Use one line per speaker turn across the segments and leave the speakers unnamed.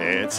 It's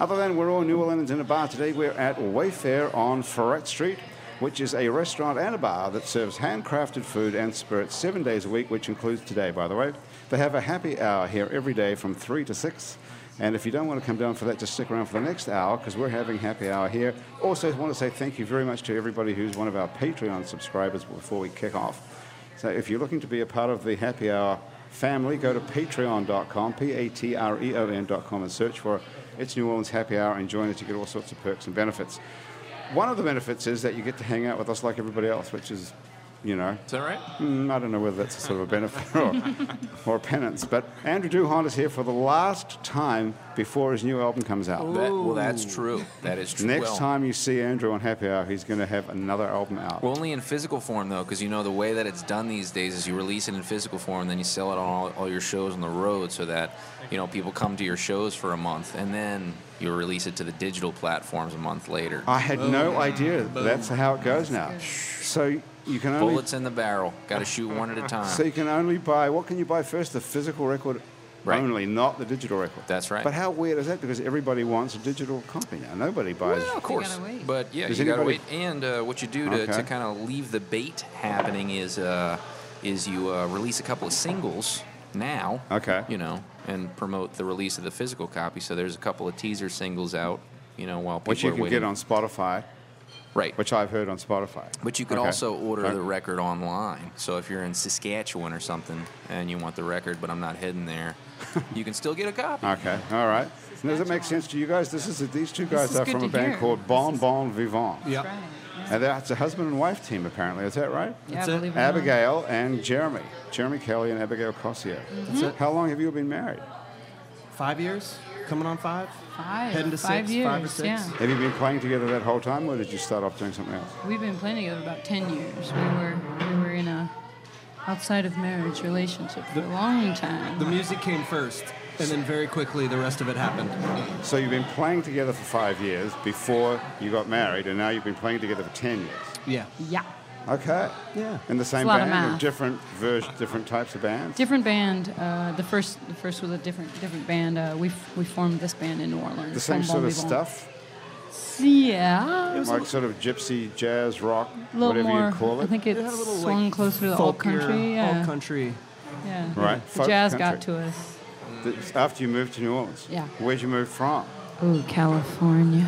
Other than we're all New Orleans in a bar today, we're at Wayfair on Ferret Street, which is a restaurant and a bar that serves handcrafted food and spirits seven days a week, which includes today, by the way. They have a happy hour here every day from 3 to 6. And if you don't want to come down for that, just stick around for the next hour because we're having happy hour here. Also, want to say thank you very much to everybody who's one of our Patreon subscribers before we kick off. So if you're looking to be a part of the happy hour family, go to patreon.com, P A T R E O N.com, and search for It's New Orleans Happy Hour and join us. You get all sorts of perks and benefits. One of the benefits is that you get to hang out with us like everybody else, which is, you know,
Is that right?
Mm, I don't know whether that's a sort of a benefit or, or penance, but Andrew Duhon is here for the last time before his new album comes out.
Oh, That, well, that's true. That is true.
Next
well,
time you see Andrew on Happy Hour, he's going to have another album out.
Well, only in physical form, though, because you know the way that it's done these days is you release it in physical form, then you sell it on all, all your shows on the road, so that you know people come to your shows for a month, and then you release it to the digital platforms a month later.
I had no idea that's how it goes now. So you can only
Bullets in the barrel. Got to shoot one at a time.
so you can only buy what can you buy first? The physical record
Right.
only, not the digital record.
That's right.
But how weird is that? Because everybody wants a digital copy now. Nobody buys.
Well, of course,
gotta wait.
but yeah,
Does
you gotta
anybody-
wait. And uh, what you do to,
Okay.
to kind of leave the bait happening is uh, is you uh, release a couple of singles now.
Okay.
You know, and promote the release of the physical copy. So there's a couple of teaser singles out. You know, while people
which you
are
can
waiting.
get on Spotify,
right.
which I've heard on Spotify.
but you could
Okay.
also order
Okay.
the record online. So if you're in Saskatchewan or something and you want the record, but I'm not hidden there, you can still get a copy.
Okay, all right. Now, Does it make sense to you guys? This is these two guys
is
are
good
from
to
a band
hear.
called Bon Bon Vivant,
Yeah.
Right. Yeah,
and that's a husband and wife team apparently. Is that right?
yeah
That's it.
believe it or not.
Abigail and Jeremy, Jeremy Kelly and Abigail Cossio.
it.
How long have you been married?
Five years? Coming on five?
Five.
Heading to
five
six,
years.
five or six.
Yeah.
Have you been playing together that whole time, or did you start off doing something else?
We've been playing together about ten years. We were we were in a outside of marriage relationship for a long time.
The music came first, and then very quickly the rest of it happened.
So you've been playing together for five years before you got married, and now you've been playing together for ten years.
Yeah.
yeah.
Okay.
Yeah.
In the same
a lot of
band, or
math.
different version, different types of bands.
Different band. Uh, the first the first was a different different band. Uh, we f- we formed this band in New Orleans.
the same
Bon
sort
Bon
of
Vivant.
stuff.
Yeah.
like sort of gypsy jazz rock,
A little
whatever
more.
you call it.
I think it
had a little,
swung
like,
closer to the
folkier,
old country. Yeah.
Old country.
Yeah.
Right,
The
folk
jazz
country.
got to us.
Th- After you moved to New Orleans,
Yeah.
Where'd you move from?
Ooh, California.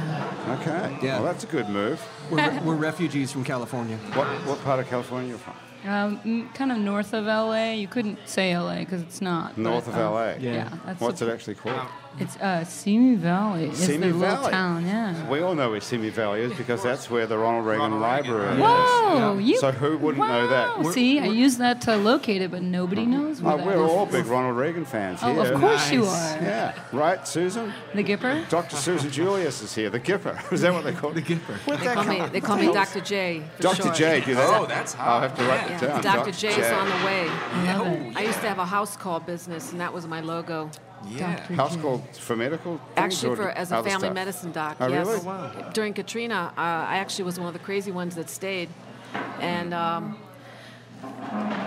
Okay.
Yeah.
Well, that's a good move.
We're, re- we're refugees from California.
What what part of California are you from?
Um, mm, kind of north of LA. You couldn't say LA because it's not. but,
North of
uh,
LA.
yeah.
Yeah. that's
What's
the-
it actually called?
It's uh, Simi Valley. It's
Simi
the little
Valley.
town, yeah.
We all know where Simi Valley is because that's where the Ronald Reagan Library is.
Whoa! You,
So who wouldn't know that?
Wow, See, I use that to locate it, but nobody knows where
Oh,
that
we're
is.
all big Ronald Reagan fans
Oh,
here.
of course you
Nice.
are.
Yeah. Right, Susan?
The Gipper?
Dr. Susan Julius is here. The Gipper. Is that what they call it? The Gipper.
They call me, they call me Dr. J. For
Dr.
short.
J, do that.
Oh, that's hot.
I'll have to write
Yeah,
it down.
Dr. J's
J. Oh,
on the way.
I love it.
I used to have a house call business, and that was my logo.
Yeah.
Dr.
House
J.
called for medical? things
Actually,
or
for as a
other
family
stuff?
medicine doc.
Oh,
yes.
really?
During Katrina, uh, I actually was one of the crazy ones that stayed, and um,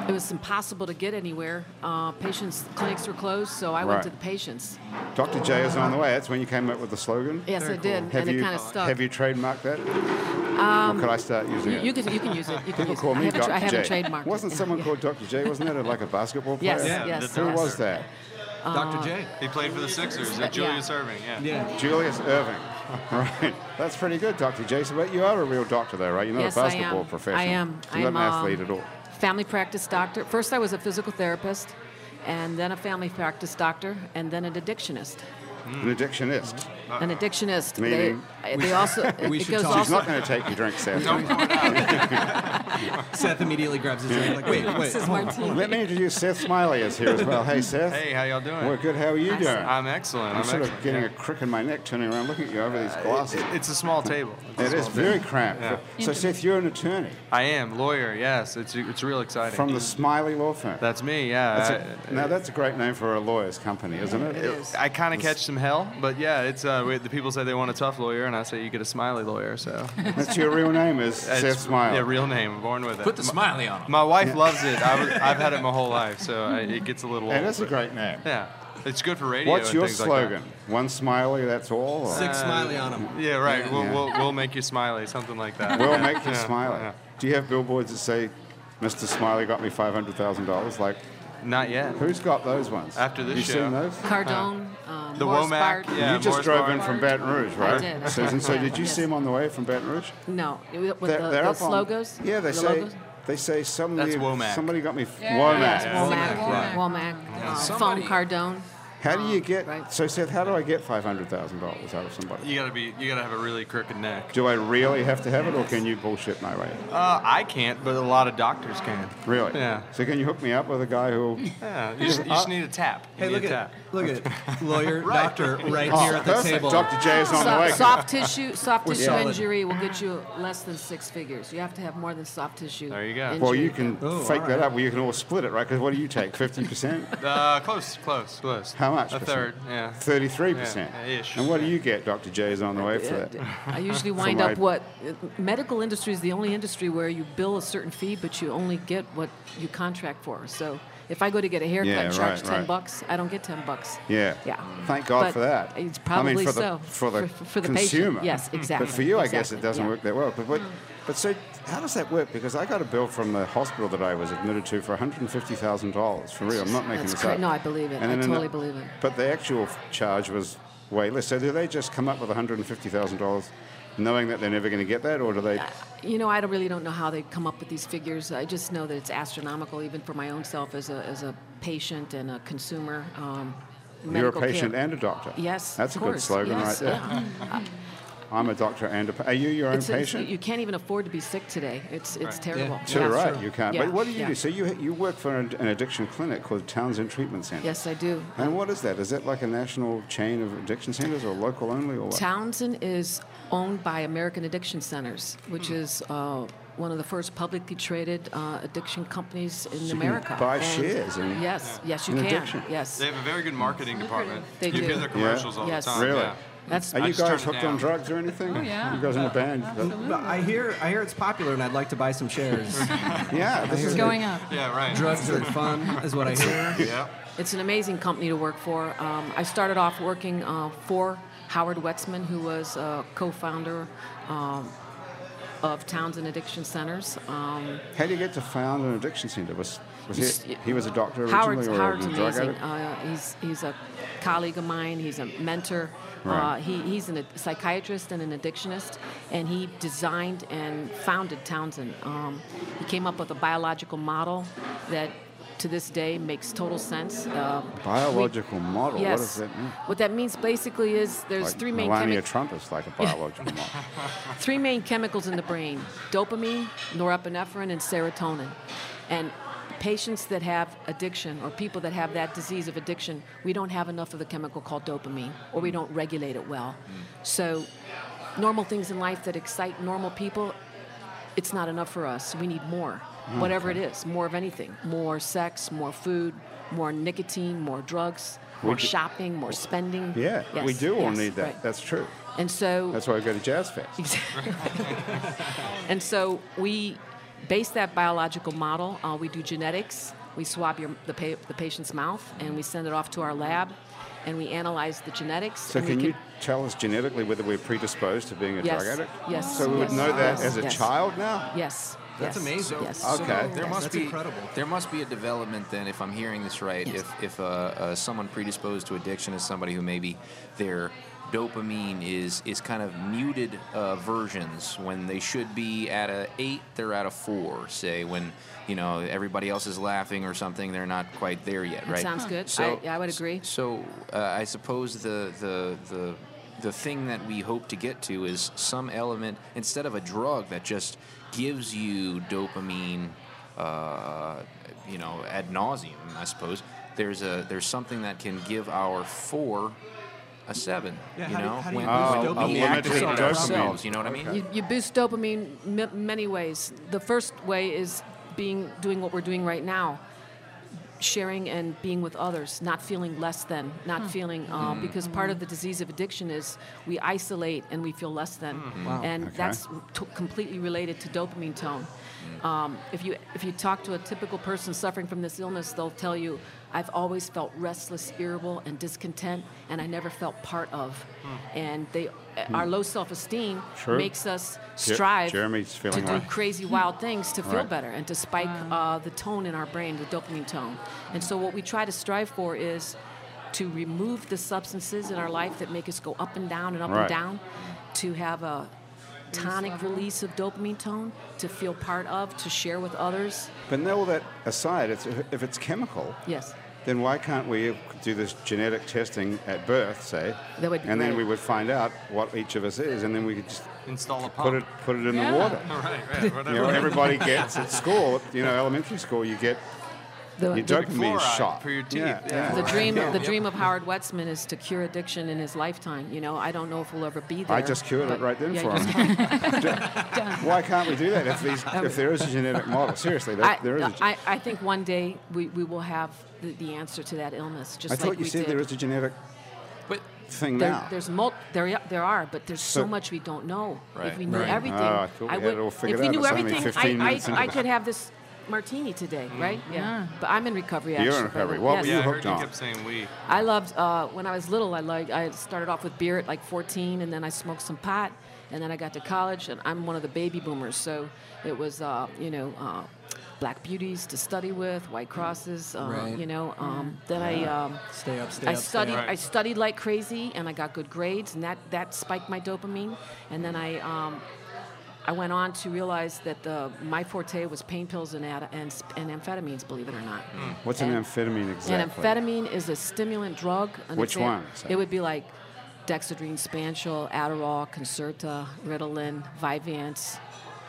it was impossible to get anywhere. Uh, patients clinics were closed, so I
Right.
went to the patients.
Dr. J is on the way. That's when you came up with the slogan.
Yes, I did,
Have
and
you
it kind of stuck. Um,
have you trademarked that? or could I start using
You,
it?
you can you can use it. You can
People
use
call
it.
me
I haven't,
Dr.
tra- I haven't
J.
trademarked.
Wasn't
it.
someone
Yeah.
called Dr. J? Wasn't that a- like a basketball player?
Yes, yes,
Who
yes.
was that?
Dr. J.
He played for the Sixers.
Uh, Yeah.
Uh, Julius Irving, yeah.
Yeah.
Julius Irving. right. That's pretty good, Dr. J. So wait, you are a real doctor, though, right? You're not
Yes,
a
I am.
basketball professional.
I am.
You're
I'm,
not an athlete
um,
at all.
Family practice doctor. First, I was a physical therapist, and then a family practice doctor, and then an addictionist.
An addictionist.
an addictionist. They,
Meaning?
they also it,
We
it
should
goes
talk.
She's
also
not going to take your drink, Seth.
Seth immediately grabs his drink. Like, wait, wait.
This is
hold on.
Martini.
Let me introduce Seth Smiley is here as well. Hey, Seth.
Hey, how y'all doing?
We're good. How are you doing?
I'm excellent. I'm,
I'm sort
excellent.
of getting
yeah. Uh,
a crick in my neck turning around looking at you over these glasses.
It- It's a small table. It's a
it is
small table.
very cramped.
Yeah.
So, Seth, you're an attorney
I am lawyer. Yes, it's it's real exciting.
from the Smiley Law Firm.
That's me. Yeah.
That's
I-
a, now, that's a great name for a lawyer's company, isn't it?
It is.
I kind of catch some hell, but yeah, it's uh, we, the people say they want a tough lawyer, and I say you get a smiley lawyer. So
That's your real name is Seth
It's-
Smiley.
Yeah, real name, born with it.
Put the smiley on him.
My wife loves it. I was, I've had it my whole life, so I, it gets a little.
It
old,
is a
but-
great name.
Yeah, it's good for radio.
What's
and
your
things like that.
slogan? One smiley, that's all? or-
Six smiley on him.
Uh, yeah, right. We'll,
Yeah.
we'll we'll make you smiley, something like that.
We'll
Yeah,
make you
yeah,
smiley.
yeah.
Do you have billboards that say, Mr. Smiley got me $500,000? Like,
Not yet.
who's got those ones?
After this
you
show.
seen those?
Cardone, um,
The
Morris Bard.
Womack, yeah.
you just
Morris
drove
Bar.
in from Baton Rouge, right?
did, I
Susan,
did,
so
yeah,
did you
yes.
see him on the way from Baton Rouge?
No, it was- with
They're,
the,
they're
the
up on-
logos.
Yeah, they
the
say
Logos?
they say somebody
That's Womack.
somebody got me f-
Yeah,
Womack.
yeah, yeah.
Womack,
Womack,
Womack, uh,
Somebody-
Phone Cardone.
How do you get?
right.
So Seth, how do I get five hundred thousand dollars out of somebody?
You gotta be. You gotta have a really crooked neck.
Do I really have to have it, or can you bullshit my way?
Uh, I can't, but a lot of doctors can.
Really?
Yeah.
So can you hook me up with a guy who?
Yeah. You just, you
Uh,
just need a tap. You
Hey,
need
look
a
at
tap.
look at it. lawyer, doctor, right
Oh,
here at the
perfect.
table.
Dr. J is on the way.
Soft, soft tissue, soft tissue
solid.
injury will get you less than six figures. You have to have more than soft tissue.
There you go.
injury.
Well, you can
Oh,
fake
all
that
right.
up. Well, you can all split it, right? Because what do you take? Fifty percent,
Uh, close, close, close.
How much
A
percent?
third. Yeah.
thirty-three percent.
Yeah, ish.
And what do you get, Dr. J is on the way for
Yeah,
that?
d- I usually wind
my-
up what medical industry is the only industry where you bill a certain fee, but you only get what you contract for. So if I go to get a haircut
Yeah,
and charge
right,
ten
right.
bucks, I don't get ten bucks.
Yeah.
Yeah.
Thank God
But
for that.
It's
I
probably
mean, for
so
the, for the
for, for the patient.
consumer.
Yes, exactly.
But for you, I guess it
exactly,
doesn't
yeah.
work that well. But, what, but so, how does that work? Because I got a bill from the hospital that I was admitted to for $150,000 for real. I'm not making
That's
this
cra-
up.
no, I believe it. I
then in
totally believe it.
But the actual f- charge was way less. So do they just come up with $150,000 knowing that they're never going to get that, or do
Uh,
they?
You know, I don't, really don't know how they come up with these figures. I just know that it's astronomical, even for my own self as a, as a patient and a consumer. Um,
You're a
medical care.
patient and a doctor.
Yes,
That's a
of
good
course.
slogan
Yes,
right there.
yeah.
I'm a doctor and a pa- Are you your own
It's- it's-
patient?
you can't even afford to be sick today. It's it's terrible.
So
Yeah.
right, you can't.
Yeah,
But what do you
yeah.
do? So you you work for an, an addiction clinic called Townsend Treatment Center.
Yes, I do.
And what is that? Is that like a national chain of addiction centers or local only or what?
Townsend is owned by American Addiction Centers, which
Hmm.
is uh, one of the first publicly traded uh, addiction companies in
you can
America.
buy
And
shares in-
yes, yes, you
in
can.
addiction.
Yes,
They have a very good marketing department.
They
you
do.
hear their commercials all
Yes.
the time.
Really?
Yeah.
that's
Are
I
you
just turned
guys
it
hooked
down.
on drugs or anything?
Oh, yeah.
You guys
Uh,
in a band?
Absolutely.
But I hear I hear it's popular, and I'd like to buy some shares.
Yeah, this
It's
is
going up.
Yeah, right.
Drugs are fun, is what I hear.
Yeah.
It's an amazing company to work for. Um, I started off working uh, for Howard Wetzman, who was a co-founder um, of Townsend Addiction Centers. Um,
How do you get to found an addiction center? Was was
Yes,
he,
y-
he was a doctor originally
Howard's,
or
Howard's
a drug
amazing.
addict?
Uh, he's, he's a colleague of mine. He's a mentor.
Right.
Uh, he, he's an, a psychiatrist and an addictionist, and he designed and founded Townsend. Um, he came up with a biological model that, to this day, makes total sense. Uh,
biological model.
Yes.
What does that mean?
What that means basically is there's
Like
three main
Melania
chemi-
Trump is like a biological model.
three main chemicals in the brain: dopamine, norepinephrine, and serotonin. And patients that have addiction or people that have that disease of addiction, we don't have enough of the chemical called dopamine, or we don't regulate it well. So, normal things in life that excite normal people, it's not enough for us. We need more,
Mm.
whatever it is, more of anything, more sex, more food, more nicotine, more drugs. More
do-
shopping, more spending.
Yeah, we
Yes,
do all
yes,
need that.
right.
That's true.
And so
That's why we go to Jazz Fest.
and so we base that biological model. Uh, we do genetics. We swab your, the, pa- the patient's mouth and we send it off to our lab and we analyze the genetics.
So
and
can
we
you tell us genetically whether we're predisposed to being a
Yes,
drug addict?
yes,
So we would
yes,
know that
yes,
as a
yes.
child now?
Yes.
That's
yes,
amazing.
Yes.
Okay.
There
Yes.
must
That's
be
incredible.
There must be a development then, if I'm hearing this right, if if uh, uh, someone predisposed to addiction is somebody who maybe their dopamine is is kind of muted uh, versions when they should be at a eight, they're at a four. Say when you know everybody else is laughing or something, they're not quite there yet, right?
sounds good. I- yeah, I would agree.
So uh, I suppose the the the the thing that we hope to get to is some element instead of a drug that just gives you dopamine, uh, you know, ad nauseum. I suppose there's a there's something that can give our four a seven.
Yeah,
you
how do-
know,
how do you
when,
boost
when
dopamine?
we
Oh,
activate
eliminate
it
dopamine.
ourselves. You know what I mean?
You, you boost dopamine m- many ways. The first way is being doing what we're doing right now, sharing and being with others, not feeling less than, not feeling uh,
Hmm.
because part of the disease of addiction is we isolate and we feel less than,
Hmm.
and that's t- completely related to dopamine tone.
Hmm.
Um, if you if you talk to a typical person suffering from this illness, they'll tell you, "I've always felt restless, irritable, and discontent, and I never felt part of."
Hmm.
And they,
Hmm.
our low self-esteem
True.
makes us strive
Jeremy's feeling
to do
right.
crazy wild things to feel
Right.
better and to spike uh, the tone in our brain, the dopamine tone. And so what we try to strive for is to remove the substances in our life that make us go up and down and up
Right.
and down, to have a tonic release of dopamine tone, to feel part of, to share with others.
But now all that aside, it's, if it's chemical,
Yes.
then why can't we do this genetic testing at birth, say?
That would be
and then
great.
we would find out what each of us is, and then we could just
Install a pump.
put it put it in
Yeah.
the water.
Right, right,
You
whatever.
know, everybody gets at school, you know, elementary school, you get
The,
your
the,
dopamine
fluoride
shot
for your teeth,
Yeah,
yeah.
the
yeah.
dream, the dream of Howard Wetzman is to cure addiction in his lifetime. You know, I don't know if we'll ever be there.
I just cured it
but-
right then
yeah,
for
you just-
him. Why can't we do that if, these,
Um,
if there is a genetic model? Seriously, there,
I,
there
uh,
is. A,
I, I think one day we, we will have the, the answer to that illness, just
I
like
thought you
we
said
did.
there is a genetic
But
thing
there,
now.
There's mul- there, there are, but there's so
So-
much we don't know. If
Right.
we knew
Right.
everything,
Oh, I thought we had
would.
it all
if
figured
we
out.
knew
It's only
everything,
15
I,
minutes
I,
into
I
this.
could have this martini today, right? Yeah.
Yeah.
But I'm in recovery.
in
actually. by the
recovery.
way.
What
Yes.
were
Yeah, I
you
heard you
hooked on.
kept saying we.
I loved uh, when I was little. I like I started off with beer at like 14, and then I smoked some pot, and then I got to college, and I'm one of the baby boomers, so it was uh, you know. Uh, Black beauties to study with, white crosses, um,
Right.
you know. Um, Then I um,
Stay up, stay
I
up, stay
studied.
up.
I studied like crazy, and I got good grades, and that that spiked my dopamine. And then I um, I went on to realize that the my forte was pain pills and ad, and, s- and amphetamines, believe it or not.
What's an
And-
amphetamine exactly?
An amphetamine is a stimulant drug. An
Which
exa-
one?
It would be like Dexedrine, Spanchel, Adderall, Concerta, Ritalin, Vyvanse.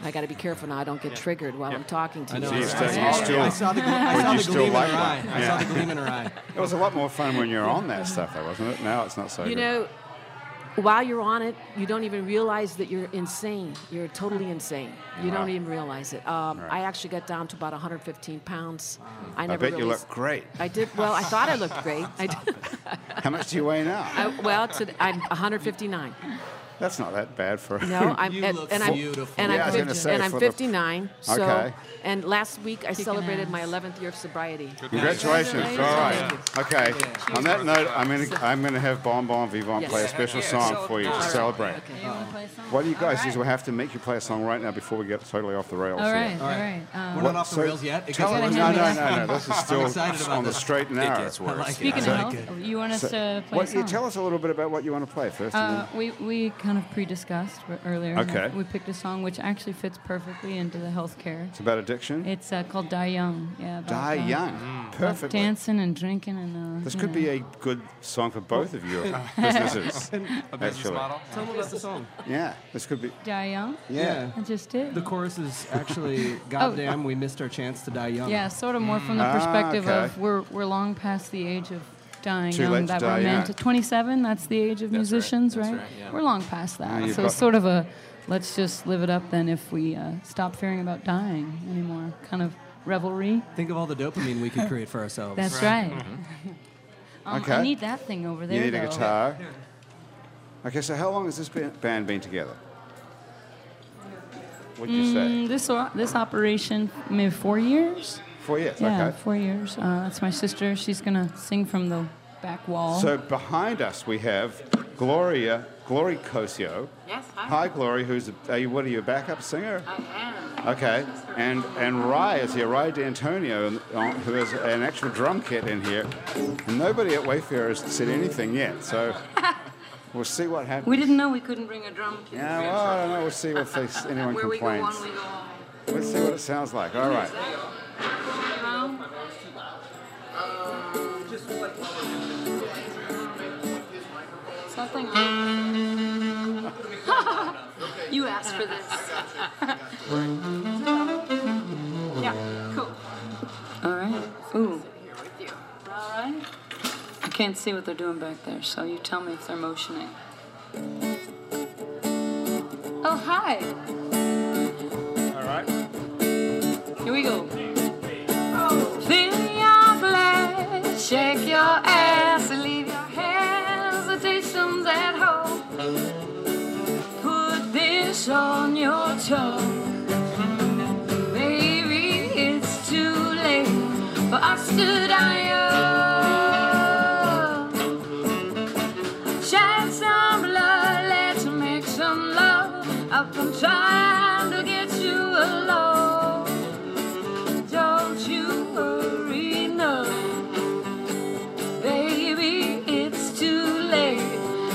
I got to be careful now. I don't get triggered while I'm talking to
I know.
you.
I,
you've
saw-
still-
I
you
saw-
still-
I saw the, gl- I
would
saw
you
the
still
gleam in her
like
eye.
one?
I saw the gleam in her eye.
It was a lot more fun when you were on that stuff, though, wasn't it? Now it's not so
You
good.
know, while you're on it, you don't even realize that you're insane. You're totally insane. You
Wow.
don't even realize it. Um,
Right.
I actually got down to about 115 pounds. I
I
never
bet you
really s-
look great.
I did well. I thought I looked great. I did.
How much do you weigh now?
I, well, to, I'm 159.
That's not that bad for.
No, I'm
You
and,
look
and I'm
beautiful.
and
Yeah, I
I'm,
was gonna
50
say,
and I'm
for the-
59. So
Okay.
and last week I
Kicking
celebrated my
ass.
11th year of sobriety.
Congratulations! All right. Okay. On that note, I'm gonna I'm gonna have Bon Bon Vivant
Yes.
play a special
Yeah,
song
so-
for you to
all right.
celebrate.
Okay, you want to play a song?
What do you guys?
All
Is
right.
we'll have to make you play a song right now before we get totally off the rails.
All
here.
right. All
All
right.
right.
Um,
We're not off the
So
rails yet. It
tell
gets
us-
worse.
no, no, no, no. This is still
excited about
on the
this.
straight and
it
narrow.
gets worse.
like
yeah.
Speaking
So-
of
Okay.
health, you want us
So,
to play a
what,
song?
you tell us a little bit about what you want to play first. and
Uh, we, we kind of pre-discussed r- earlier.
Okay.
We picked a song which actually fits perfectly into the healthcare.
It's about addiction.
It's uh, called Die Young. Yeah. about,
Die
uh,
young.
Mm.
about
Perfect.
Dancing and drinking and. Uh,
This could be a good song for both of your businesses.
A business
Actually.
model.
Tell them about the song.
Yeah, this could be.
Die Young.
Yeah. Oh.
I just did.
The chorus is actually, goddamn, we missed our chance to die young.
yeah, sort of more from the
Ah,
perspective
okay.
of we're we're long past the age of dying
Too
young
late to
that
die
we're meant
young.
to. 27. That's the age
That's
of
right,
musicians,
that's
right?
right, yeah.
We're long past that.
Ah, you've
so it's
got-
sort of a let's just live it up then if we uh, stop fearing about dying anymore kind of Um, revelry.
Think of all the dopamine we could create for ourselves.
That's right.
Mm-hmm.
um, I
Okay.
need that thing over there.
You need a
though.
guitar. Okay, so how long has this ba- band been together? What'd you
Mm,
say?
this o- this operation maybe four years.
Four years.
Yeah,
okay.
four years. Uh, that's my sister. She's gonna sing from the back wall.
So behind us we have Gloria, Glory Cosio.
Yes, hi.
Hi, Glory. Who's a, are you? What are you, a backup singer?
I am.
Okay, and and Rye is here, Rye D'Antonio, uh, who has an actual drum kit in here. And nobody at Wayfair has said anything yet, so we'll see what happens.
we didn't know we couldn't bring a drum kit.
Yeah, well, I don't know. We'll see if they, anyone
Where we go
complains.
on, we go on.
Let's see what it sounds like. All right.
Um, so something wrong. you asked for this. yeah, cool.
All right. Ooh,
With you. All right.
I can't see what they're doing back there, so you tell me if they're motioning. Oh, hi.
All right.
Here we go. Fill your glass, shake your ass, and leave your hesitations at home. Put this on your tongue. Baby, it's too late for us to die young. Shed some blood, let's make some love. I've been trying to get you alone. Don't you worry, no. Baby, it's too late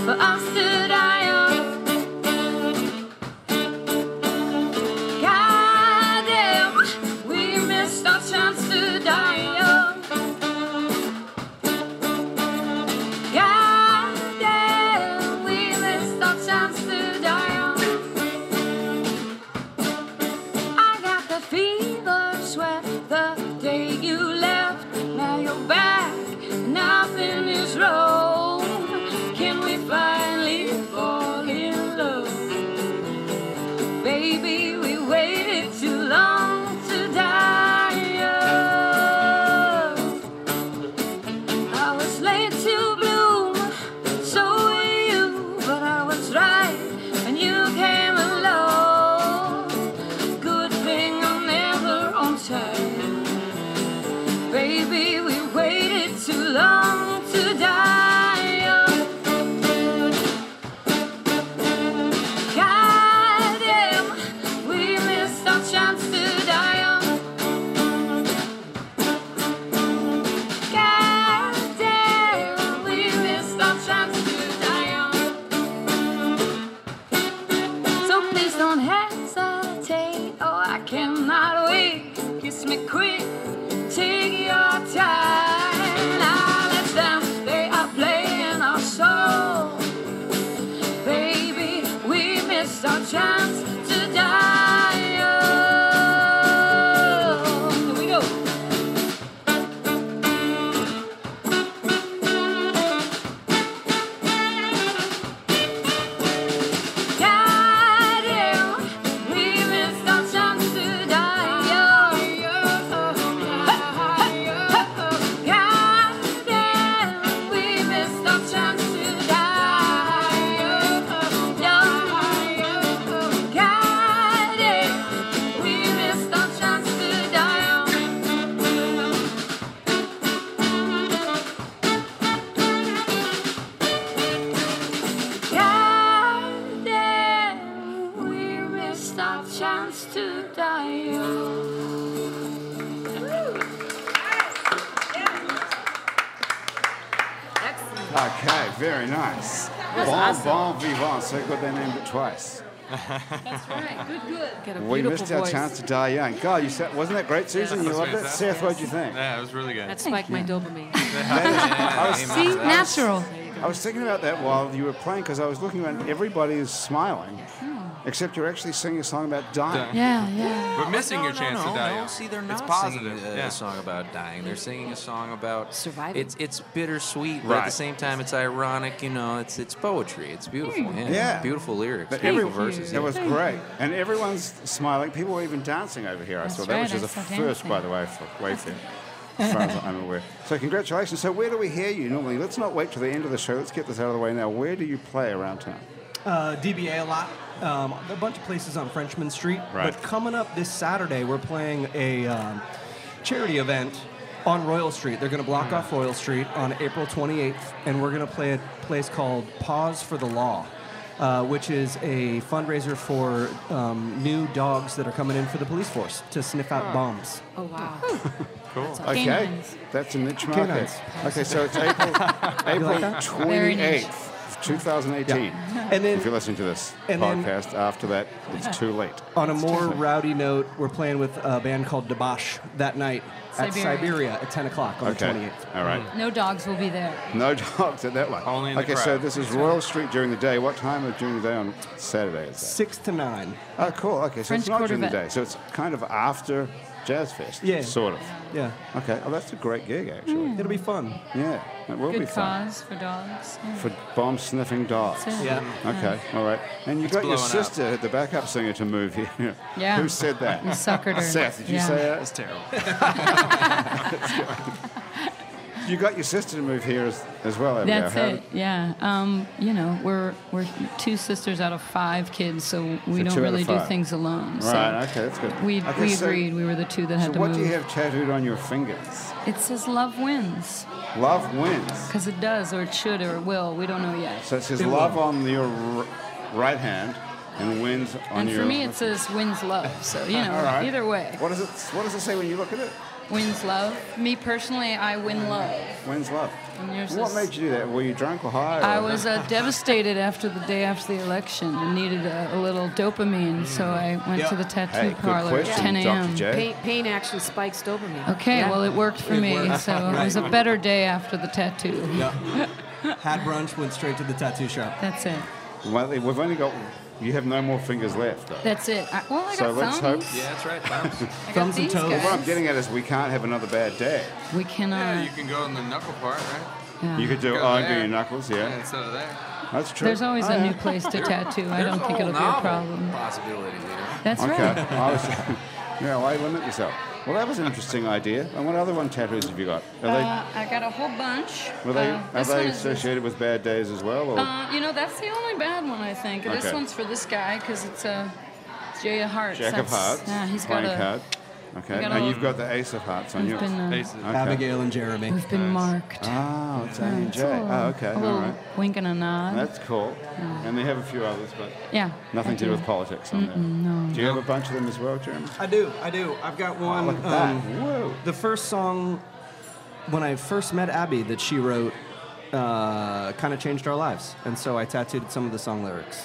for us to die young. Goddamn, we missed our chance to die young. Goddamn, we missed our chance to die young. I got the fever sweat the day you left. Now you're back, nothing is wrong. Can we finally fall in love? Baby, we waited too long to die. young. I was late to bloom, so were you, but I was right when you came along. Good thing I'm never on time. Baby, we waited too long to die. young. Goddamn, we missed our chance to die. young. Goddamn, we missed our chance to die. young. So please don't hesitate. Oh, I cannot wait. Kiss me quick. Take your time. Now let them. They are playing our soul. Baby, we missed our chance to die. Oh, here we go. Goddamn, we missed our chance to die.
Okay, very nice. Bon bon vivant, so good they named it twice.
That's right. Good, good.
Got a
We
beautiful
missed our
voice.
chance to die young. God, you said, wasn't that great, Susan? you
That's
loved it?
fantastic.
Seth, what would you think?
Yeah, it was really good.
That spiked my dopamine.
I, was,
See, natural.
I was thinking about that while you were playing because I was looking around, everybody is smiling, except you're actually singing a song about dying.
Yeah, yeah.
We're missing
Oh, No,
your
no,
chance
no,
to die.
No, see, they're not
it's positive.
singing a,
yeah.
a song about dying. They're singing a song about
Surviving.
It's it's bittersweet, but at
Right.
the same time, it's ironic. You know, it's it's poetry. It's beautiful. Yeah,
Yeah.
beautiful lyrics,
But
beautiful
every-
verses.
It
yeah.
was great. And everyone's smiling. People were even dancing over here, I
That's
saw that,
right,
which is
I
a
saw
first, by the way, for Wayfair. As far as I'm aware. So, congratulations. So, where do we hear you normally? Let's not wait till the end of the show. Let's get this out of the way now. Where do you play around town?
Uh, DBA a lot. Um, a bunch of places on Frenchman Street.
Right.
But coming up this Saturday, we're playing a um, charity event on Royal Street. They're going to block off Royal Street on April 28th, and we're going to play at a place called Pause for the Law, uh, which is a fundraiser for um, new dogs that are coming in for the police force to sniff out bombs.
Oh, wow.
Okay,
Canines.
that's a niche market.
Canines.
Okay, so it's April, April
that?
Very niche.
28th, 2018.
And then
If you're listening to this
And then-
podcast after that, it's too late.
On a more rowdy note, we're playing with a band called Debash that night at
Siberia.
Siberia at 10 o'clock on
Okay.
the Mm. 28th.
All right.
No dogs will be there.
No dogs at that one.
Hmm. Only in the
okay, so
crowd.
this is Royal Street during the day. What time of during the day on Saturday is that?
6 to 9.
Oh, cool. Okay, so
French
it's not during the
Quarterback.
day. So it's kind of after Jazz Fest.
Yeah.
Sort of.
Yeah. Mm.
Okay. Oh, that's a great gig, actually.
It'll be fun.
Yeah, it will be
Good
fun.
cause for dogs. yeah.
For bomb sniffing dogs.
So-
Yeah.
Okay, all right. And you got your
blowing up.
sister, the backup singer, to move here.
Yeah.
Who said that?
We suckered her.
Seth, did you
Yeah.
say that?
That's terrible.
You got your sister to move here as, as well. over
That's
there. How-
it. Yeah. Um, you know, we're we're two sisters out of five kids, so we
So two out
don't
of
really do
five.
things alone.
Right,
So
okay, that's good.
we
Okay,
we
so-
agreed we were the two that
So
had to
what
move.
do you have tattooed on your fingers?
It says love wins
Love wins.
because it does, or it should, or it will. We don't know yet.
So it says
It
love
will.
on your r- right hand and wins on
and
your.
for me, it says wins love. So you know,
All right.
either way,
What does it What does it say when you look at it?
wins love. Me personally, I win love.
Wins love.
And yours
What
is-
made you do that? Were you drunk or high? Or
I was uh, devastated after the day after the election and needed a, a little dopamine, so I went
Yeah.
to the tattoo
Mm. Hey, good
parlor at
question,
10
Dr.
a.m.
J.
Pain, pain actually spikes dopamine.
Okay,
Yeah.
well, it worked for
It
me,
worked.
so it was a better day after the tattoo.
Yeah. Had brunch, went straight to the tattoo shop.
That's it.
Well, we've only got. You have no more fingers left. Though.
That's it. I, well, I
So
got Uh,
let's
thumbs.
hope-
Yeah, that's right. Bounce.
I got
Thumbs and
these
toes.
guys.
What I'm getting at is we can't have another bad day.
We cannot.
Yeah, you can go in the knuckle part, right?
yeah.
You could do
Go
oh, and do
there.
your knuckles,
Yeah,
yeah.
instead of there.
That's true.
There's always
Oh,
a
yeah.
new place to tattoo. I don't think
Whole
it'll be a
novel
problem.
Possibility, leader.
That's
Okay.
right.
I was, yeah, why limit yourself? Well, that was an interesting idea. And what other one tattoos have you got? Are
Uh, I got a whole bunch.
they, were they,
Uh,
are
this one
they
is this-
associated with bad days as well? Or?
Uh, you know, that's the only bad one I think. This
Okay.
one's for this guy because it's a Jay of Hearts.
Jack of
That's-
Hearts.
Yeah, he's got
playing
a.
card. Okay,
got a
and
little-
you've got the Ace of Hearts on
We've
yours.
been, uh,
Faces.
Abigail and Jeremy.
we've been marked.
Oh, it's A
Yeah,
and
it's
J.
a little-
Oh, okay,
A
all
little
right.
wink and a nod.
That's cool. And they have a few others, but
yeah.
nothing
I
to do
do.
with politics on there.
no.
Do you have a bunch of them as well, Jeremy?
I do, I do. I've got one.
Look at that.
um,
Whoa.
The first song when I first met Abby that she wrote uh, kind of changed our lives, and so I tattooed some of the song lyrics.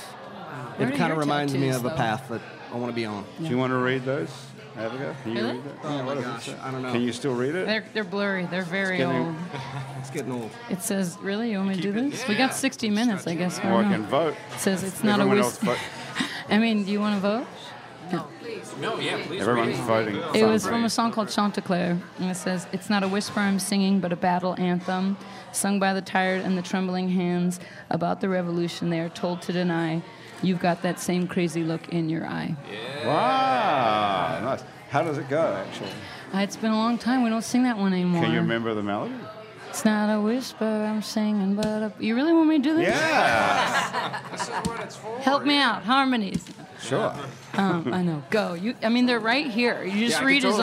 Where
it
are
kind of
your
reminds me
tattoos,
of a
though?
path that I want to be on.
Do you want to read those, Abigail? Can you
Really?
read that?
Oh my
what does it
gosh,
say?
I don't know.
Can you still read it?
They're, they're blurry. They're very
getting-
old.
It's getting old.
It says, really? You want me to do this? We got 60 minutes, I guess. I
Or I
don't
can
know.
vote.
It says it's not
Everyone
a
else
waste.
vote.
I mean, do you want to vote?
No, yeah, please.
Everyone's
read
voting.
It was from a song called Chanticleer, and it says, It's not a whisper I'm singing, but a battle anthem, sung by the tired and the trembling hands about the revolution they are told to deny. You've got that same crazy look in your eye.
Wow, nice. How does it go, actually?
Uh, It's been a long time. We don't sing that one anymore.
Can you remember the melody?
It's not a whisper I'm singing, but a... You really want me to do this?
Yeah,
Help me out. Harmonies.
sure.
Um, I know. Go. You. I mean, they're right here. You just
I
read
can
his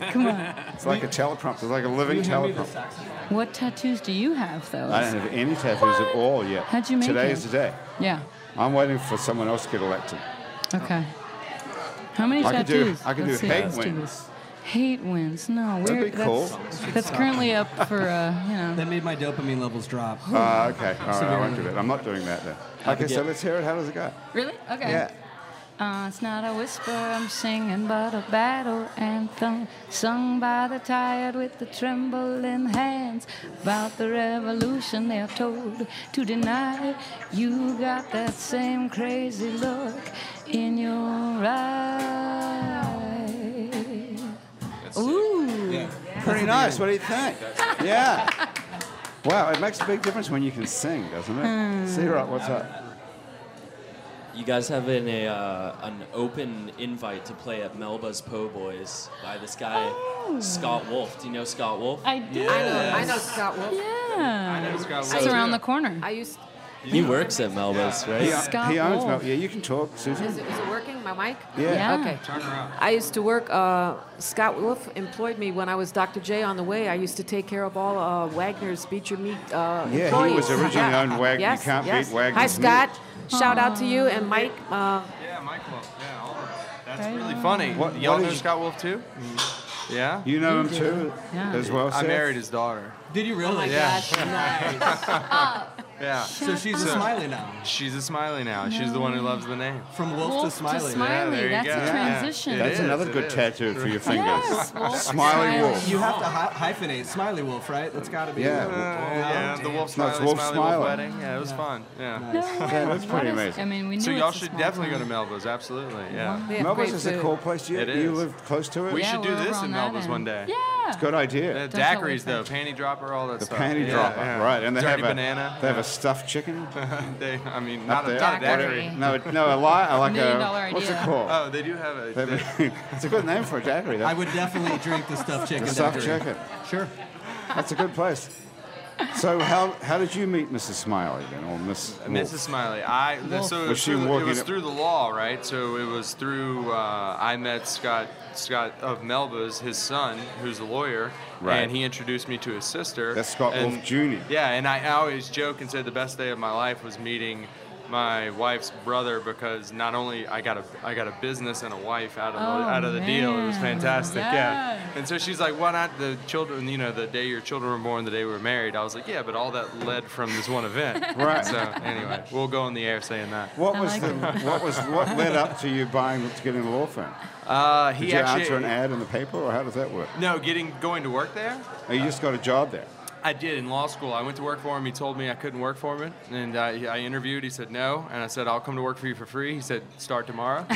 arm. Come on.
It's like a teleprompter. It's like a living teleprompter.
What tattoos do you have, though?
I don't have any tattoos at all yet.
How'd you make
Today
it?
is the day.
Yeah.
I'm waiting for someone else to get elected.
Okay. How many
I could do-
tattoos?
I could do
Let's see,
hate
let's do
wins.
this. Hate wins. No,
That'd
we're
be cool.
that's, that's currently up for uh, you know.
That made my dopamine levels drop.
Ah, okay. All right, I
Severely.
won't do that. I'm not doing that then. Okay, so let's hear it. How does it go?
Really? Okay.
Yeah.
Uh, it's not a whisper I'm singing, but a battle anthem sung by the tired with the trembling hands. About the revolution they are told to deny. You got that same crazy look in your eye. Ooh.
Pretty nice. What do you think? Yeah. Wow, it makes a big difference when you can sing, doesn't
Hmm.
it? See, right, what's up?
You guys have an, a, uh, an open invite to play at Melba's Po' Boys by this guy, Scott Wolf. Do you know Scott Wolf?
Oh. I do.
I know, I know Scott Wolf.
Yeah.
It's got
It's
So-
around the corner.
I used.
He works at Melba's, right?
He, uh,
Scott
he owns
Wolf.
Mel- Yeah, you can talk,
Is
Susan.
it, is it working? My mic?
Yeah.
Yeah.
Okay. I used to work. Uh, Scott Wolf employed me when I was Dr. J on the way. I used to take care of all uh, Wagner's Beat Your Meat. Uh,
he
employees.
was originally owned Wagner. You
Yes,
can't beat
yes. Hi,
Wagner's
Scott. Shout out to you and Mike. Uh,
Yeah, Michael. Yeah, all of it. That's
Right
really
on.
funny.
What-
Y'all
what
know
is-
Scott Wolf too? Yeah.
You know him too,
Yeah.
as well.
I
Seth?
Oh
married his daughter.
Did you really?
my
Yeah.
gosh.
Yeah.
So
Uh-huh.
she's a smiley now.
She's a smiley now. She's the one who loves the name.
From wolf,
Wolf
to
to
smiley.
smiley.
Yeah, there you
that's
go.
a
Yeah.
transition.
It
That's
is,
another
it
good
is.
tattoo for your fingers.
Yes, wolf to
Smiley wolf.
You have to hy- hyphenate smiley wolf, right? That's got to be.
Yeah.
Uh, yeah, the wolf
No,
smiley,
it's Wolf
smiley,
Smiley.
wolf wedding. Yeah, it was fun. Yeah.
No
Yeah, that's
way.
pretty
What is-
amazing.
I mean, we knew
So
it's
y'all
a
should
small
definitely go
town.
to Melba's. Absolutely.
They
Yeah.
have
Melbourne's
great
is a
food.
cool place. You,
It
you
is.
live close to it.
We
Yeah,
should do
we're
this
on
in
that
Melba's
end.
one day.
Yeah.
Good
Uh,
idea.
daiquiris though, panty dropper, all that
The
stuff.
panty
Yeah,
dropper,
yeah.
right? And they
Dirty
have a
banana.
they have a stuffed chicken.
they, I mean,
Up
not a,
there.
not a
Daiquiri.
No,
daiquiri.
no, a lot. Like
Million
a
dollar
what's it
idea.
called?
Oh, they do have a.
They
They,
have a- it's a good name for a daiquiri. Though.
I would definitely drink the stuffed chicken.
the stuffed
daiquiri.
chicken.
Sure.
That's a good place. So how how did you meet Mrs. Smiley then, or Miss
Mrs. Smiley, I th- so it
Was
was,
she
through, it
walking
was
up-
through the law, right? So it was through uh, I met Scott Scott of Melba's, his son, who's a lawyer,
Right.
and he introduced me to his sister.
That's Scott
and,
Wolf Jr..
Yeah, and I always joke and say the best day of my life was meeting my wife's brother because not only I got a I got a business and a wife out of the,
Oh,
out of the deal. It was
man.
fantastic.
Yes.
Yeah. And so she's like, why not the children, you know, the day your children were born, the day we were married? I was like, yeah, but all that led from this one event.
Right.
So anyway, we'll go on the air saying that.
What
I
was
like
the what was what led up to you buying to getting the law firm?
Uh, he
Did you
actually,
answer an ad in the paper, or how does that work?
No, getting going to work there?
Or you just got a job there.
I did in law school. I went to work for him. He told me I couldn't work for him, and I, I interviewed. He said no, and I said I'll come to work for you for free. He said start tomorrow,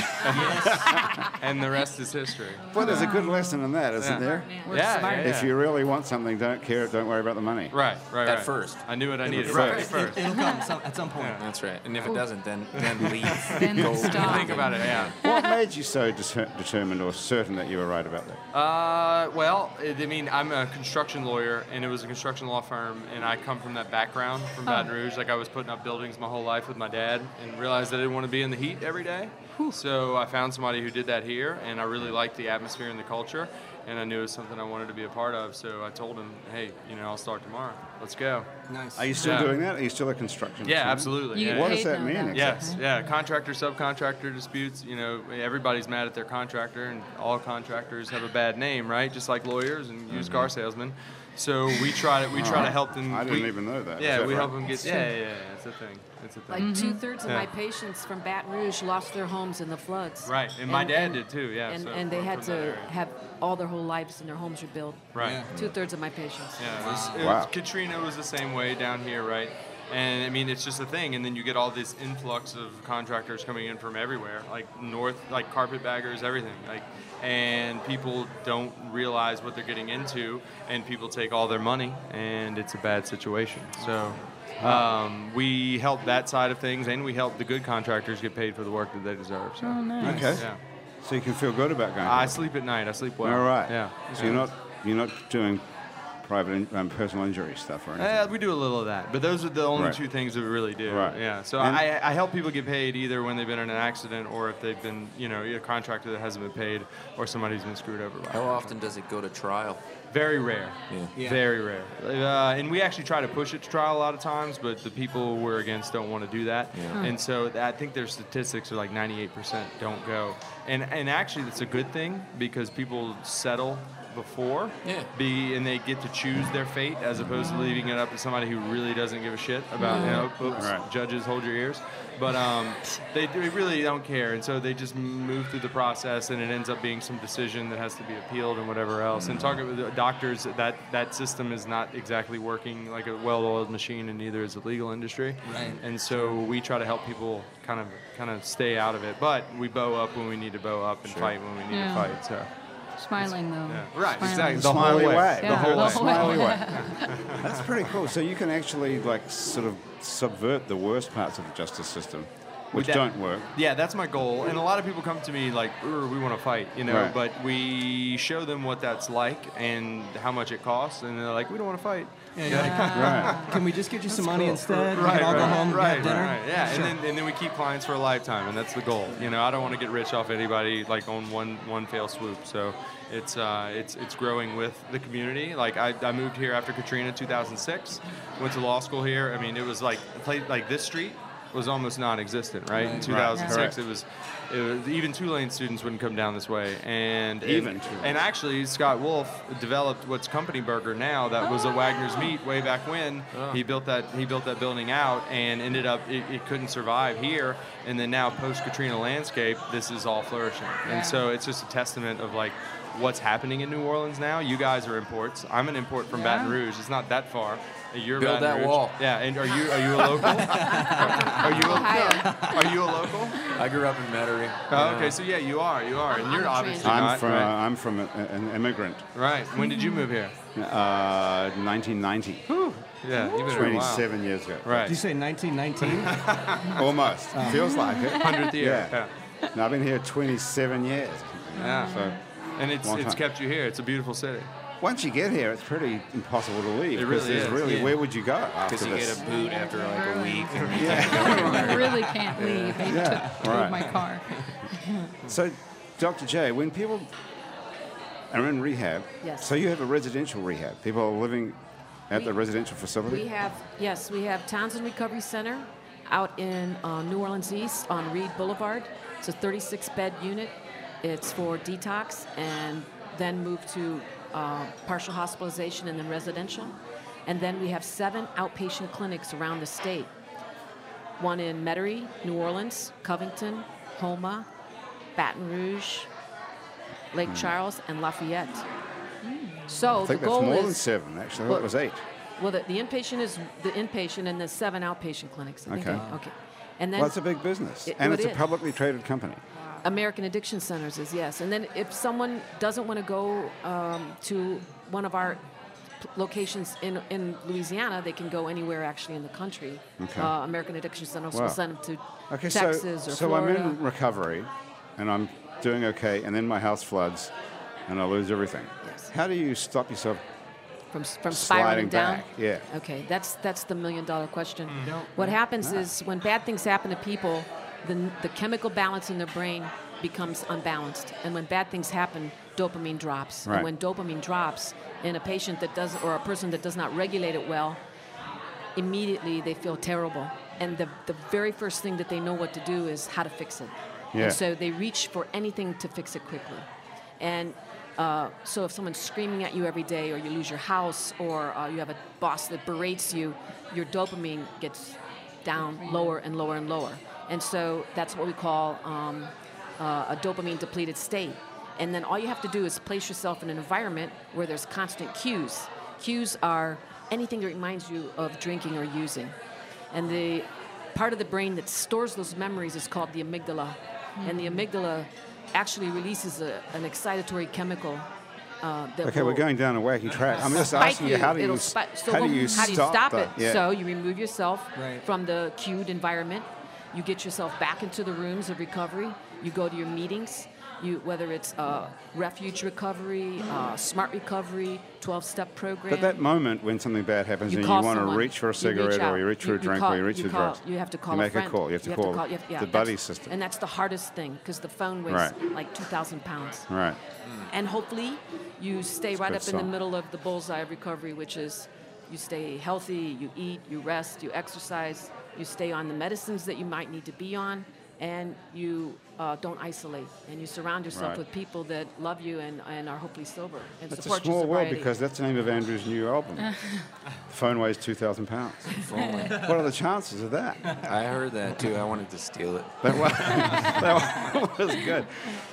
and the rest is history.
Well, there's a good lesson in that, isn't
Yeah.
there?
We're
yeah,
smart.
yeah, yeah.
If you really want something, don't care. Don't worry about the money.
right, right,
At
right.
first.
I knew what I needed.
was
Right,
first.
first.
It'll come some, at some point.
That's right. And if it doesn't, then then leave.
Then
Go.
stop.
Think about it. Yeah.
What made you so deter- determined or certain that you were right about that?
Uh, well, it- I mean, I'm a construction lawyer, and it was a construction law firm, and I come from that background from Baton Rouge. Like I was putting up buildings my whole life with my dad, and realized I didn't want to be in the heat every day. So I found somebody who did that here, and I really liked the atmosphere and the culture, and I knew it was something I wanted to be a part of. So I told him, hey, you know, I'll start tomorrow. Let's go.
Nice.
Are you still
Yeah.
doing that? Are you still a construction?
Yeah,
firm?
absolutely.
You
yeah.
get
What does
paid
that
now,
mean
though.
exactly?
Yes, yeah. Contractor, subcontractor disputes. You know, everybody's mad at their contractor, and all contractors have a bad name, right? Just like lawyers and used car salesmen. So we try to we try to help them.
Mm-hmm. I didn't
we-
even know that. Is
Yeah,
that
we
right? Mm-hmm.
help them get. Yeah, yeah, yeah, It's a thing. It's a
Like
thing.
two thirds of
Mm-hmm.
my
Yeah.
patients from Baton Rouge lost their homes in the floods.
Right, and my dad did too, yeah,
And,
so
and they
from-
had
from that
to
area.
have all their whole lives and their homes rebuilt.
Right.
Yeah.
Two thirds of my patients.
Yeah, it was, it
Wow.
was- Katrina was the same way down here, right? And I mean, it's just a thing. And then you get all this influx of contractors coming in from everywhere, like north, like carpetbaggers, everything. Like, and people don't realize what they're getting into, and people take all their money, and it's a bad situation. So. Um, we help that side of things, and we help the good contractors get paid for the work that they deserve. So,
Oh, Okay.
yeah,
So you can feel good about going.
I
to
sleep at night. I sleep well.
work. All right.
Yeah.
So you're not you're not doing private in, um, personal injury stuff or anything.
Yeah, Eh, we do a little of that, but those are the only
Right.
two things that we really do.
Right.
Yeah. So
And-
I, I help people get paid either when they've been in an accident or if they've been, you know, a contractor that hasn't been paid or somebody who's been screwed over. By
How
it.
often does it go to trial?
Very rare.
Yeah.
Yeah.
Very rare. Uh, and we actually try to push it to trial a lot of times, but the people we're against don't want to do that.
Yeah. Hmm.
And so I think their statistics are like 98% don't go. And and actually that's a good thing because people settle before
Yeah.
be and they get to choose their fate as opposed to leaving it up to somebody who really doesn't give a shit about you know oops,
Right.
judges hold your ears but um, they, they really don't care and so they just move through the process and it ends up being some decision that has to be appealed and whatever else and talking with the doctors that that system is not exactly working like a well-oiled machine and neither is the legal industry
Right.
and so we try to help people kind of kind of stay out of it but we bow up when we need to bow up and fight when we need
Yeah.
to fight so
Smiling though.
yeah. right
Smiling.
exactly
The smiley way.
Yeah,
the whole way
Smiley way. That's pretty cool. So you can actually like sort of subvert the worst parts of the justice system, which
that-
don't work.
Yeah, that's my goal. And a lot of people come to me like, "Ur, we want to fight, you know,
Right.
but we show them what that's like and how much it costs, and they're like, we don't want to fight.
Yeah, you're like,
Right.
Can we just get you some money instead? we
Right,
can all go
right,
home and
right,
have dinner.
right, right. Yeah, and then and then we keep clients for a lifetime, and that's the goal. You know, I don't want to get rich off anybody like on one one fail swoop. So it's uh, it's it's growing with the community. Like I, I moved here after Katrina 2006, went to law school here. I mean, it was like played like this street was almost non-existent, right? In 2006, it was. It was, even Tulane students wouldn't come down this way, and and-
Even
and,
Tulane.
actually Scott Wolf developed what's Company Burger now. That was a
Oh.
Wagner's meat way back when.
Oh.
He built that he built that building out and ended up it, it couldn't survive here, and then now post Katrina landscape, this is all flourishing.
Yeah.
And so it's just a testament of like what's happening in New Orleans now. You guys are imports. I'm an import from
Yeah.
Baton Rouge. It's not that far. You're
Build
Baton
that
Rouge.
wall.
Yeah, and are you are you a local? are you a, are you a local?
I grew up in Metairie.
Oh, okay, so yeah, you are, you are, and you're obviously
I'm
not.
from
right?
I'm from a, an immigrant.
right. When did you move here?
Uh, 1990,
Yeah, you've been here a while.
27 years ago.
Right.
Did you say 1919?
Almost. Feels like it.
100th year.
Yeah. No, I've been here 27 years.
Yeah.
So
And it's
Long
it's
time.
kept you here. It's a beautiful city.
once you get here, it's pretty impossible to leave.
It
'cause
really
there's
is,
Really,
yeah.
where would you go after
Because you
this?
get a boot after like a week. And
I really can't leave. They
Yeah,
took
right.
drove my car.
So, Dr. J, when people are in rehab,
Yes.
so you have a residential rehab. People are living at the residential facility.
We have, yes, we have Townsend Recovery Center out in uh, New Orleans East on Reed Boulevard. It's a 36 bed unit. It's for detox and then move to uh, partial hospitalization and then residential. And then we have seven outpatient clinics around the state one in Metairie, New Orleans, Covington, Homa, Baton Rouge, Lake Charles, and Lafayette. So
Hmm. I think
the
that's
goal
more
is
than seven. Actually, I thought
Well-
it was eight.
well, the, the inpatient is the inpatient and the seven outpatient clinics. I think
Okay.
I- okay. And then
Well, it's a big business,
It-
and
what
it's a
is?
publicly traded company.
American Addiction Centers is yes. And then if someone doesn't want to go um, to one of our p- locations in, in Louisiana, they can go anywhere actually in the country.
Okay.
Uh, American Addiction Centers
Wow.
will send them to
Okay,
Texas
so
or
so
Florida.
I'm in recovery, and I'm doing okay, and then my house floods, and I lose everything.
Yes.
How do you stop yourself?
from from
Sliding
spiraling down.
back, yeah. Mm.
Okay, that's that's the million dollar question. What happens is when bad things happen to people, the the chemical balance in their brain becomes unbalanced, and when bad things happen, dopamine drops.
Right.
And when dopamine drops in a patient that does or a person that does not regulate it well, immediately they feel terrible. And the, the very first thing that they know what to do is how to fix it.
Yeah.
And so they reach for anything to fix it quickly. And uh, so if someone's screaming at you every day, or you lose your house, or uh, you have a boss that berates you, your dopamine gets down lower and lower and lower. And so that's what we call um, uh, a dopamine depleted state. And then all you have to do is place yourself in an environment where there's constant cues. Cues are anything that reminds you of drinking or using. And the part of the brain that stores those memories is called the amygdala. And
Hmm.
the amygdala actually releases a, an excitatory chemical. Uh, that
Okay,
will
we're going down a wacky track. I'm just
spike
asking you, how do you
It'll
s-
spike- so
how do
who-
you
how do you
stop,
stop
that?
it?
Yeah.
So you remove yourself
Right.
from the cued environment. You get yourself back into the rooms of recovery. You go to your meetings. You whether it's uh, refuge recovery, uh, smart recovery, twelve-step program.
But that moment when something bad happens and you
call
want to
someone.
reach
You
for a
reach
cigarette or
out.
you reach for a drink
call-
or you reach for
call-
drugs,
You have to call
you
a
make
friend.
a call. You have to call,
you have- yeah,
the
that's-
buddy system.
And that's the hardest thing because the phone weighs
Right.
like 2,000 pounds.
right.
And hopefully, you stay
a
right
good
up in the
song.
middle of the bullseye of recovery, which is you stay healthy, you eat, you rest, you exercise, you stay on the medicines that you might need to be on, and you uh, don't isolate. And you surround yourself
Right.
with people that love you and, and are hopefully sober and
It's a
support
small
your
world
sobriety.
because that's the name of Andrew's new album. the phone weighs 2,000 pounds.
if only.
What are the chances of that?
I heard that too. I wanted to steal it.
That was, that was good.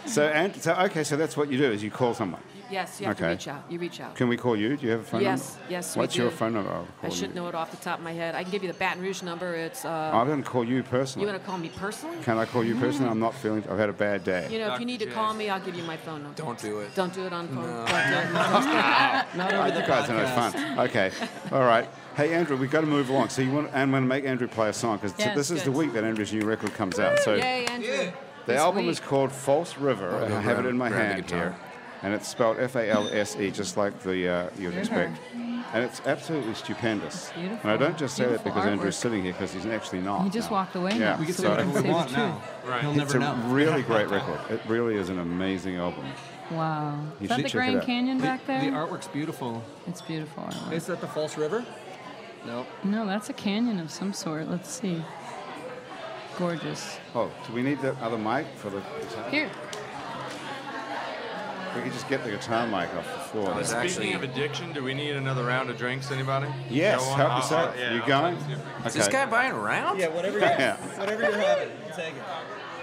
So, and, so, okay, so that's what you do is you call someone.
yes, you have to
Okay.
reach out. You reach out.
Can we call you? Do you have a phone
Yes,
number?
yes, we
What's your
do.
phone number? I'll
I
call
should
you.
know it off the top of my head. I can give you the Baton Rouge number. It's uh,
I'm going to call you personally.
you want to call me personally?
Can I call you personally? I'm not feeling, I've had a bad day.
You know, if
Dr.
you need to
J.
call me, I'll give you my phone number.
Don't do it.
Don't do it on phone.
No.
Don't- don't-
Oh, you guys are no fun. Okay, all right. Hey, Andrew, we've got to move along. So you want, and I'm going to make Andrew play a song because
Yes,
this is the
good.
week that Andrew's new record comes out. So
Yay, Andrew.
the
this
album
week.
is called False River.
Oh,
and
go
I have it
grab-
in my
grab the
hand
guitar.
here, and it's spelled F-A-L-S-E, E, just like the uh, you'd expect. And it's absolutely stupendous.
Beautiful.
And I don't just say that
Beautiful
because Andrew's
artwork.
sitting here because he's actually not.
He just
now.
walked away
Yeah,
now.
we can say
so-
we
whatever we
say the
want now.
Right.
He'll
It's
never
a
know.
really great record. It really is an amazing album.
Wow.
You
Is that
should
the
check it
Grand
out.
Canyon back
The
there?
artwork's beautiful.
it's beautiful. I like it.
Is that the False River? No.
No, that's a canyon of some sort. Let's see. Gorgeous.
Oh, do we need the other mic for the guitar?
Here.
We could just get the guitar mic off the floor.
Oh, is
That's-
that-
Speaking
Actually-
of addiction, do we need another round of drinks? Anybody?
Yes,
Go on.
help
I'll-
yourself.
I'll- yeah,
you
I'll-
going? Okay.
Is this guy buying rounds?
Yeah, whatever you're,
Yeah.
whatever you're having, take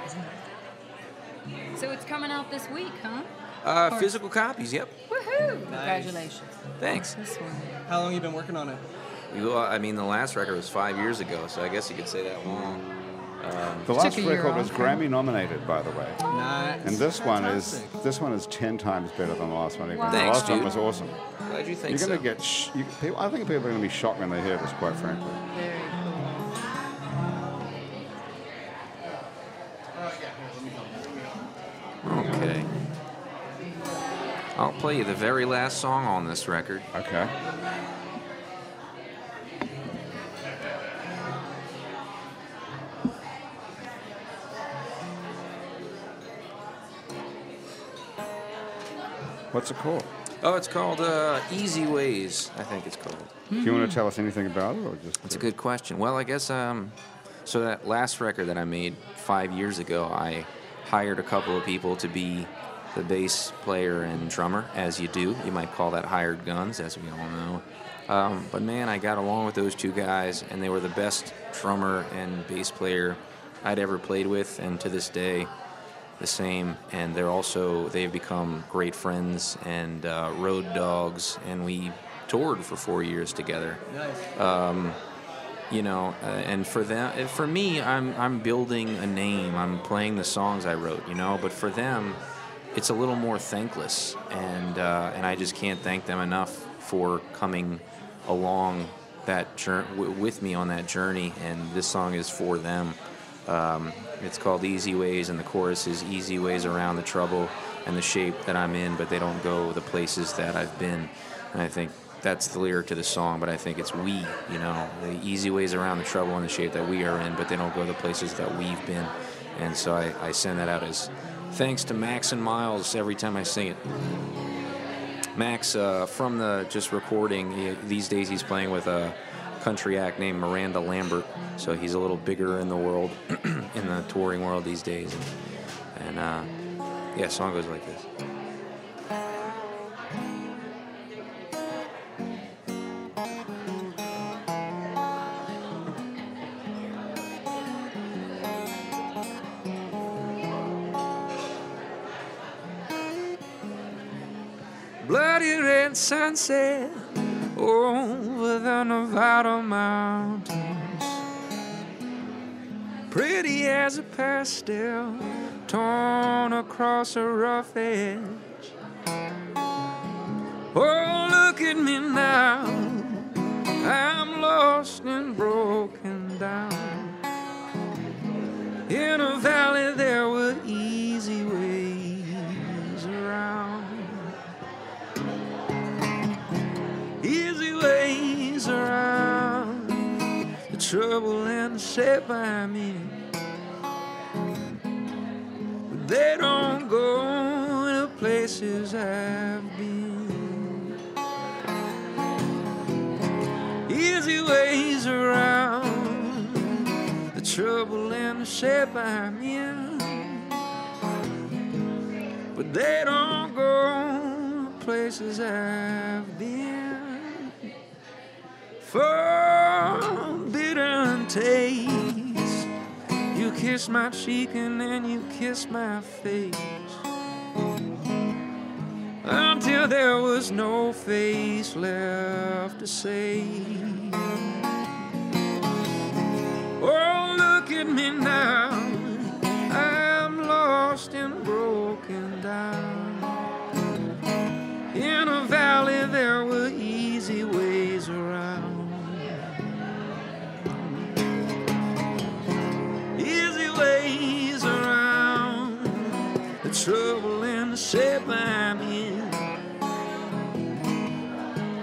it.
So it's coming out this week, huh?
Uh, physical copies. Yep.
Woohoo!
Congratulations.
Thanks.
This one.
How long you been working on it?
You go- I mean, the last record was five years ago, so I guess you could say that long. Um,
The last
a year
record was
off, huh?
Grammy nominated, by the way.
Nice.
And this one is
Fantastic.
this one is ten times better than the last one. Even. the
Thanks,
last one
dude.
was awesome.
Glad you think
You're gonna
so.
get. Sh- you, people, I think people are gonna be shocked when they hear this. Quite frankly.
Very cool.
Okay. I'll play you the very last song on this record.
Okay. What's it called?
Oh, it's called uh, Easy Ways, I think it's called.
Do
Hmm.
you want to tell us anything about it, or just?
That's a good question. Well, I guess um, so. That last record that I made five years ago, I hired a couple of people to be the bass player and drummer, as you do. You might call that hired guns, as we all know. Um, but man, I got along with those two guys, and they were the best drummer and bass player I'd ever played with, and to this day, the same. And they're also they've become great friends and uh, road dogs, and we toured for four years together Um, you know uh, and for them and for me I'm, I'm building a name i'm playing the songs i wrote you know but for them it's a little more thankless and uh, and i just can't thank them enough for coming along that jour- w- with me on that journey and this song is for them um, it's called easy ways and the chorus is easy ways around the trouble and the shape that i'm in but they don't go the places that i've been and i think that's the lyric to the song, but I think it's we, you know, the easy ways around the trouble and the shape that we are in, but they don't go the places that we've been. And so I, I send that out as thanks to Max and Miles every time I sing it. Max, uh, from the just recording, he, these days he's playing with a country act named Miranda Lambert, so he's a little bigger in the world, in the touring world these days. And, and uh, yeah, song goes like this. bloody red sunset over the Nevada mountains. Pretty as a pastel torn across a rough edge. Oh, look at me now. I'm lost and broken down. In a valley there were easy ways around easy ways around the trouble and the shape I'm in. But they don't go to places I've been. Easy ways around the trouble and the shape I'm in. But they don't go to places I've been. Forbidden taste. You kiss my cheek and then you kiss my face. Until there was no face left to say. Oh, look at me now. I'm lost and broken down. In a valley, there were easy ways around. Easy ways around the trouble and the shape I'm in.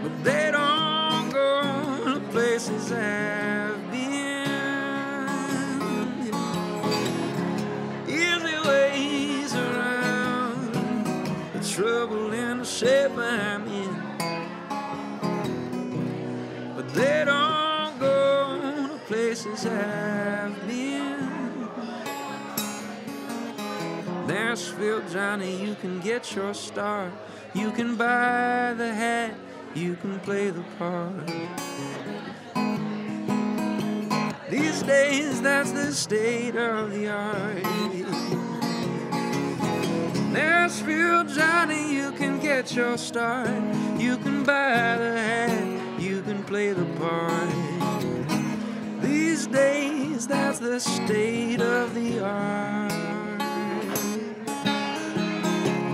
But they don't go to places I've been easy ways around the trouble and the shape I'm in. But they don't go to places I've been.
Nashville Johnny, you can get your start. You can buy the hat, you can play the part. These days, that's the state of the art. Nashville Johnny, you can get your start. You can buy the hat, you can play the part. These days, that's the state of the art.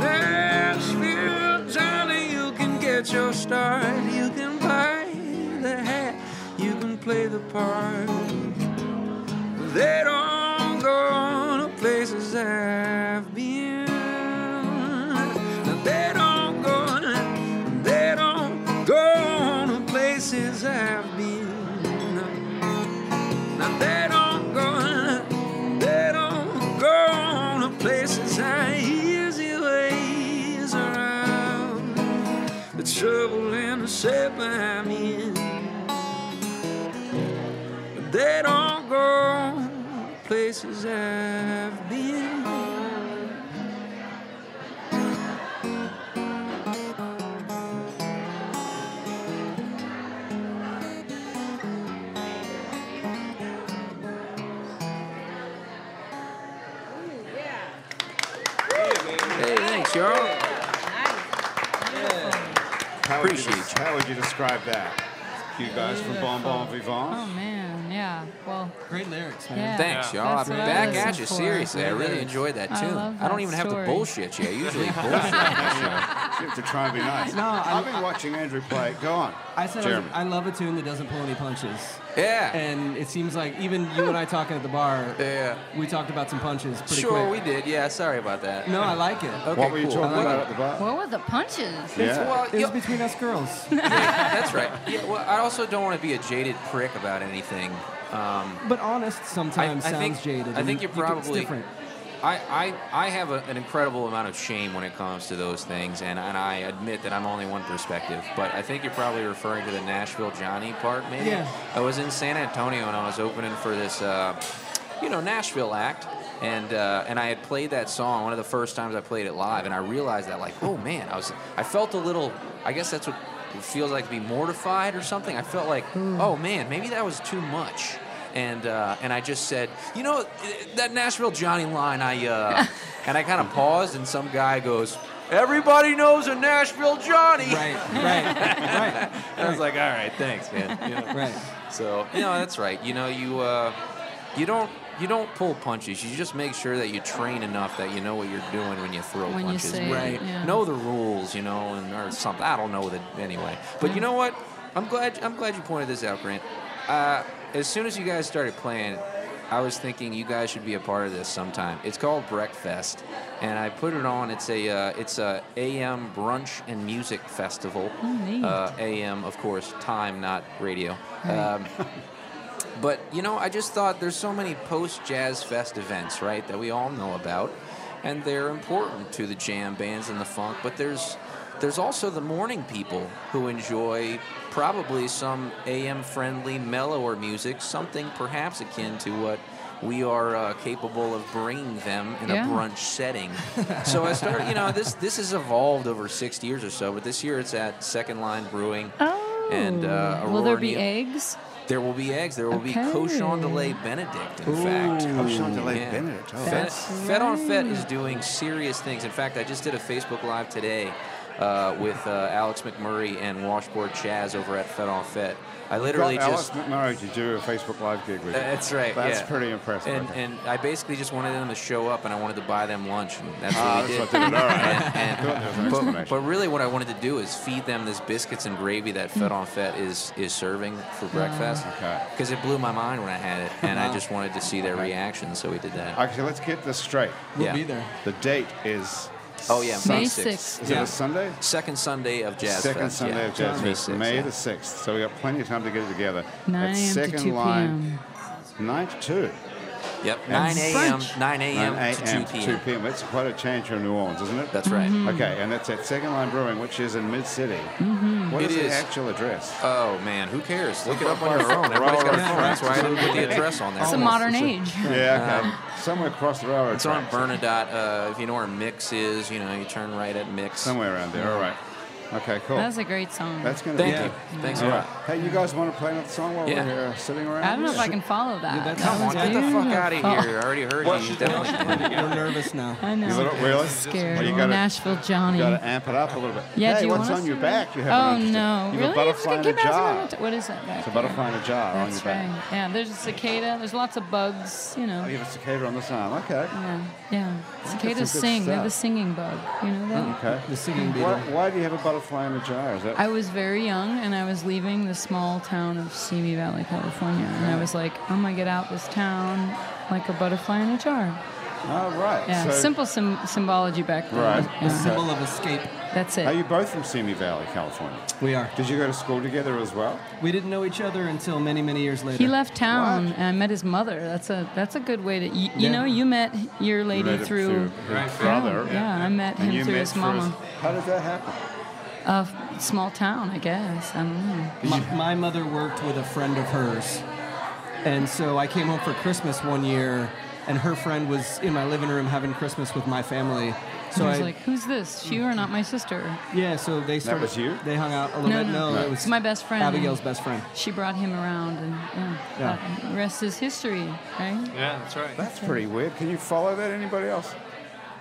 Nashville Johnny, you can get your start. You can buy the hat, you can play the part. They don't go to places I've been. They don't go, they don't go to places I've been. Now they don't go, they don't go to places I easy ways around. The trouble and the shape I'm in. They don't go places I've been.
Hey, thanks, y'all.
How would you
Appreciate
des- How would you describe that? You guys from Bon Bon Vivant?
Oh man, yeah. Well,
Great lyrics, man.
yeah.
Thanks,
Yeah.
y'all.
That's
I'm
what I
back
listen
at you.
for.
Seriously, I really enjoyed that
I
too.
love
don't
that
even have to
story.
bullshit you. I usually bullshit.
You have to try and be nice.
No, I-
I've been watching Andrew play. Go on.
I said I was-
Jeremy.
I love a tune that doesn't pull any punches.
Yeah.
And it seems like even you and I talking at the bar,
Yeah.
we talked about some punches pretty
Sure, we
quick.
did. Yeah, sorry about that.
No, I like it.
Okay,
what were you
cool.
talking
I like
about
it.
at the bar?
What were the punches?
Yeah.
Well,
It was
yo-
between us girls.
that's right. Yeah, well, I also don't want to be a jaded prick about anything. Um,
But honest sometimes
I
sounds
think-
jaded.
I
and
think you're
you can- it's
probably-
different.
I, I, I have a, an incredible amount of shame when it comes to those things, and, and I admit that I'm only one perspective. But I think you're probably referring to the Nashville Johnny part, maybe.
Yeah.
I was in San Antonio and I was opening for this, uh, you know, Nashville act. And, uh, and I had played that song one of the first times I played it live, and I realized that like, oh man, I was I felt a little. I guess that's what it feels like to be mortified or something. I felt like,
Hmm.
oh man, maybe that was too much, and uh, and I just said, you know, that Nashville Johnny line. I uh, and I kind of paused, and some guy goes, everybody knows a Nashville Johnny.
Right, right,
And I was like, all right, thanks, man. You know?
right, right.
So you know that's right. You know you uh, you don't you don't pull punches. You just make sure that you train enough that you know what you're doing when you throw
When you
punches.
say it, Right. yeah.
Know the rules, you know, and or something. I don't know that anyway. But you know what? I'm glad I'm glad you pointed this out, Grant. Uh, as soon as you guys started playing, I was thinking you guys should be a part of this sometime. It's called Breakfast, and I put it on. It's a uh, it's a AM brunch and music festival.
Oh, neat.
Uh, AM, of course, time, not radio. Um, but you know, I just thought there's so many post Jazz Fest events, right, that we all know about, and they're important to the jam bands and the funk. But there's there's also the morning people who enjoy probably some AM friendly, mellower music, something perhaps akin to what we are uh, capable of bringing them in
Yeah.
a brunch setting. so I started, you know, this this has evolved over six years or so, but this year it's at Second Line Brewing.
Oh.
And uh,
will there
Aurora
be
Neo-
eggs?
there will be eggs. There will be
Okay.
cochon de lait Benedict, in fact.
Cochon de lait
Yeah.
Benedict. Oh,
Fet,
That's
Fet on Fet is
right.
doing serious things. In fact, I just did a Facebook Live today uh, with uh, Alex McMurray and Washboard Chaz over at Fet on Fet. I literally
Got
just.
Alice McMurray to do a Facebook Live gig with. you.
That's right.
That's
yeah.
pretty impressive.
And,
okay.
and I basically just wanted them to show up, and I wanted to buy them lunch, and that's what
Ah,
we
that's
did.
what did it. All right.
And-
I thought there was an
but,
explanation.
but really, what I wanted to do is feed them this biscuits and gravy that Fed on Fed is is serving for breakfast.
Mm, Okay.
Because it blew my mind when I had it, and I just wanted to see their reaction, so we did that.
Okay, so let's get this straight.
We'll
Yeah.
be there.
The date is.
oh yeah,
May
May
6th.
sixth,
Is
Yeah.
it a Sunday?
second Sunday of Jazz
Second
Fest.
Sunday
yeah.
of Jazz
May
Fest,
6th,
May
yeah.
the sixth. So we got plenty of time to get it together.
9
That's
a.m. to
second
2
line,
p.m.
nine to two.
Yep,
And
9 a.m.
French.
9 a.m. to 2 p.m.
2 p.m. It's quite a change from New Orleans, isn't it?
That's right. Mhm.
Okay, and that's at Second Line Brewing, which is in Mid City. What
It
is,
is.
the actual address?
Oh man, who cares? Look it up
Look
on your
up
phone.
on our
Everybody's got a
phone.
phone. That's why I didn't put the
Absolutely.
address on there. Um,
It's a modern age.
Yeah, okay. Somewhere across the railroad.
It's on
tracks.
Bernadette. Uh, if you know where Mix is, you know you turn right at Mix.
Somewhere around there. All right. Okay, cool.
That was a great song.
That's going to
Thank
be
you. Thanks a
All
lot.
right. Hey, you guys want to play another song while
Yeah.
we're here sitting around?
I don't know if I can follow that.
that's
That
Come on,
was
get the fuck out
beautiful.
of here. I already heard you. you. Definitely. can't.
We're nervous now.
I know.
You little, really?
Scared. Oh,
Well, you gotta,
Nashville Johnny.
You got to amp it up a little bit.
yeah,
hey,
do you
what's
want
on
us
your
to-
back? You have
oh
an interesting-
no,
You have
really?
a butterfly
it's
in
like
a
it keeps bouncing
jar.
around. What is that? Back
It's a butterfly in a jar on your
That's
back.
right. Yeah, there's a cicada. There's lots of bugs. You know.
Oh, you have a cicada on this arm. Okay.
Yeah, yeah.
some
Cicadas
good
sing. They're the
stuff.
singing bug. You know that?
Okay.
The singing beetle.
Why, why do you have a butterfly in a jar? Is that
I was very young and I was leaving the small town of Simi Valley, California. And I was like, I'm going to get out this town like a butterfly in a jar.
Oh, right.
Yeah,
So,
simple sym- symbology back then.
Right.
A
Yeah.
symbol of escape.
That's it.
Are you both from Simi Valley, California?
We are.
Did you go to school together as well?
We didn't know each other until many, many years later.
He left town and I met his mother. That's a that's a good way to you, you
Yeah.
know you met your lady
Related
through
to
Right.
his brother.
Yeah, yeah, I met
And
him
you
through
met
his
through
mama.
How did that happen?
a f- small town, I guess. I don't know.
My, my mother worked with a friend of hers. And so I came home for Christmas one year, and her friend was in my living room having Christmas with my family. So
I was
I,
like, who's this? She or not my sister?
yeah, so they started.
was you?
They hung out a little
No,
bit.
no.
No,
No.
it was
It's my best friend.
Abigail's best friend.
She brought him around, and yeah,
Yeah.
Uh, rest is history, right?
Yeah, that's right.
That's pretty weird. Can you follow that? Anybody else?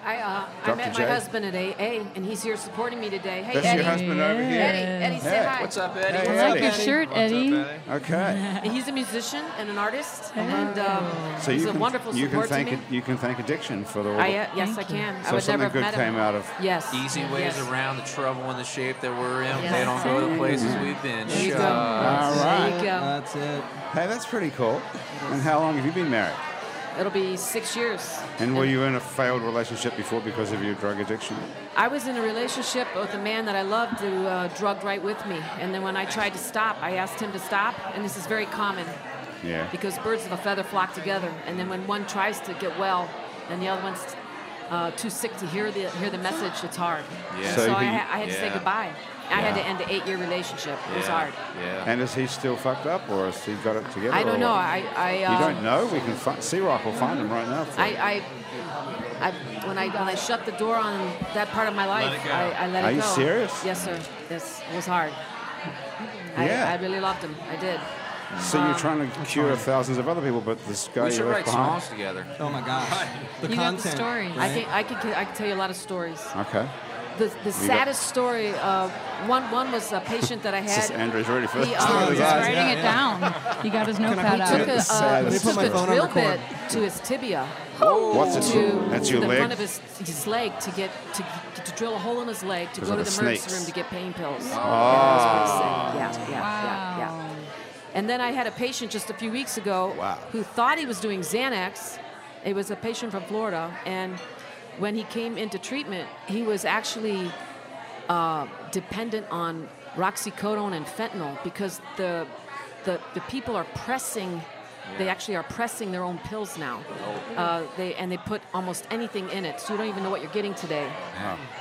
I, uh, I
Dr.
met
J?
my husband at AA, and he's here supporting me today. Hey,
That's
Eddie.
your husband over here.
Eddie, Eddie, say
Hey,
hi.
What's up, Eddie?
Hey,
I like
Eddie.
your shirt, Eddie.
Okay.
And he's a musician and an
Oh.
artist, and um,
So
he's
you
a
can,
wonderful
you can
support
thank
to
it,
me.
you can thank addiction for the.
I, uh, yes,
Thank
I
you.
can. I
so
would never
something
have
good
met him.
came out of.
Yes.
Easy ways
Yes.
around the trouble and the shape that we're in. They
Yes.
don't go to the places
Mm-hmm.
we've been.
There you go.
Shucks.
All
There
right.
you go.
That's it.
Hey, that's pretty cool. And how long have you been married?
It'll be six years.
And were you in a failed relationship before because of your drug addiction?
I was in a relationship with a man that I loved who uh, drugged right with me. And then when I tried to stop, I asked him to stop. And this is very common
Yeah.
because birds of a feather flock together. And then when one tries to get well and the other one's uh, too sick to hear the, hear the message, it's hard.
Yeah.
So,
So
I,
he-
ha- I had to say
Yeah.
goodbye. I had to
Yeah.
end an eight year relationship. It was
Yeah,
hard.
Yeah.
And is he still fucked up, or has he got it together?
I don't
or
know.
what?
I, I,
You
uh,
don't know? We can find, Sea Rock will find him right now. For you.
I, I, I, when I when I shut the door on that part of my life,
it go.
I, I let
Are
it
you
go.
serious?
Yes, sir. Yes, it was hard.
Yeah.
I, I really loved him. I did. Um,
so
uh,
you're trying to cure thousands of other people, but this guy
we
you
should
left
write
behind.
songs together.
Oh my gosh. The
You got
content.
the story.
I can I could I could tell you a lot of stories.
Okay.
The the saddest story. Uh, one one was a patient that I
This is
had.
Andrew's ready for
He,
this.
um,
He's
Yeah,
writing
yeah,
it down. He got his notepad
took a,
Yeah, the
out.
uh,
saddest
took
Let me
a
put my phone on
drill
record.
bit to his tibia.
What's it?
to,
That's
to
your
the
leg.
front of his, his leg to get to, to drill a hole in his leg to
Because
go
of
to
the
the emergency
snakes.
room to get pain pills. Oh.
Ah.
Yeah, yeah, yeah, yeah,
Wow.
yeah. And then I had a patient just a few weeks ago
Wow.
who thought he was doing Xanax. It was a patient from Florida, and when he came into treatment, he was actually uh, dependent on roxycodone and fentanyl because the the, the people are pressing. They actually are pressing their own pills now. Uh, they and they put almost anything in it, so you don't even know what you're getting today.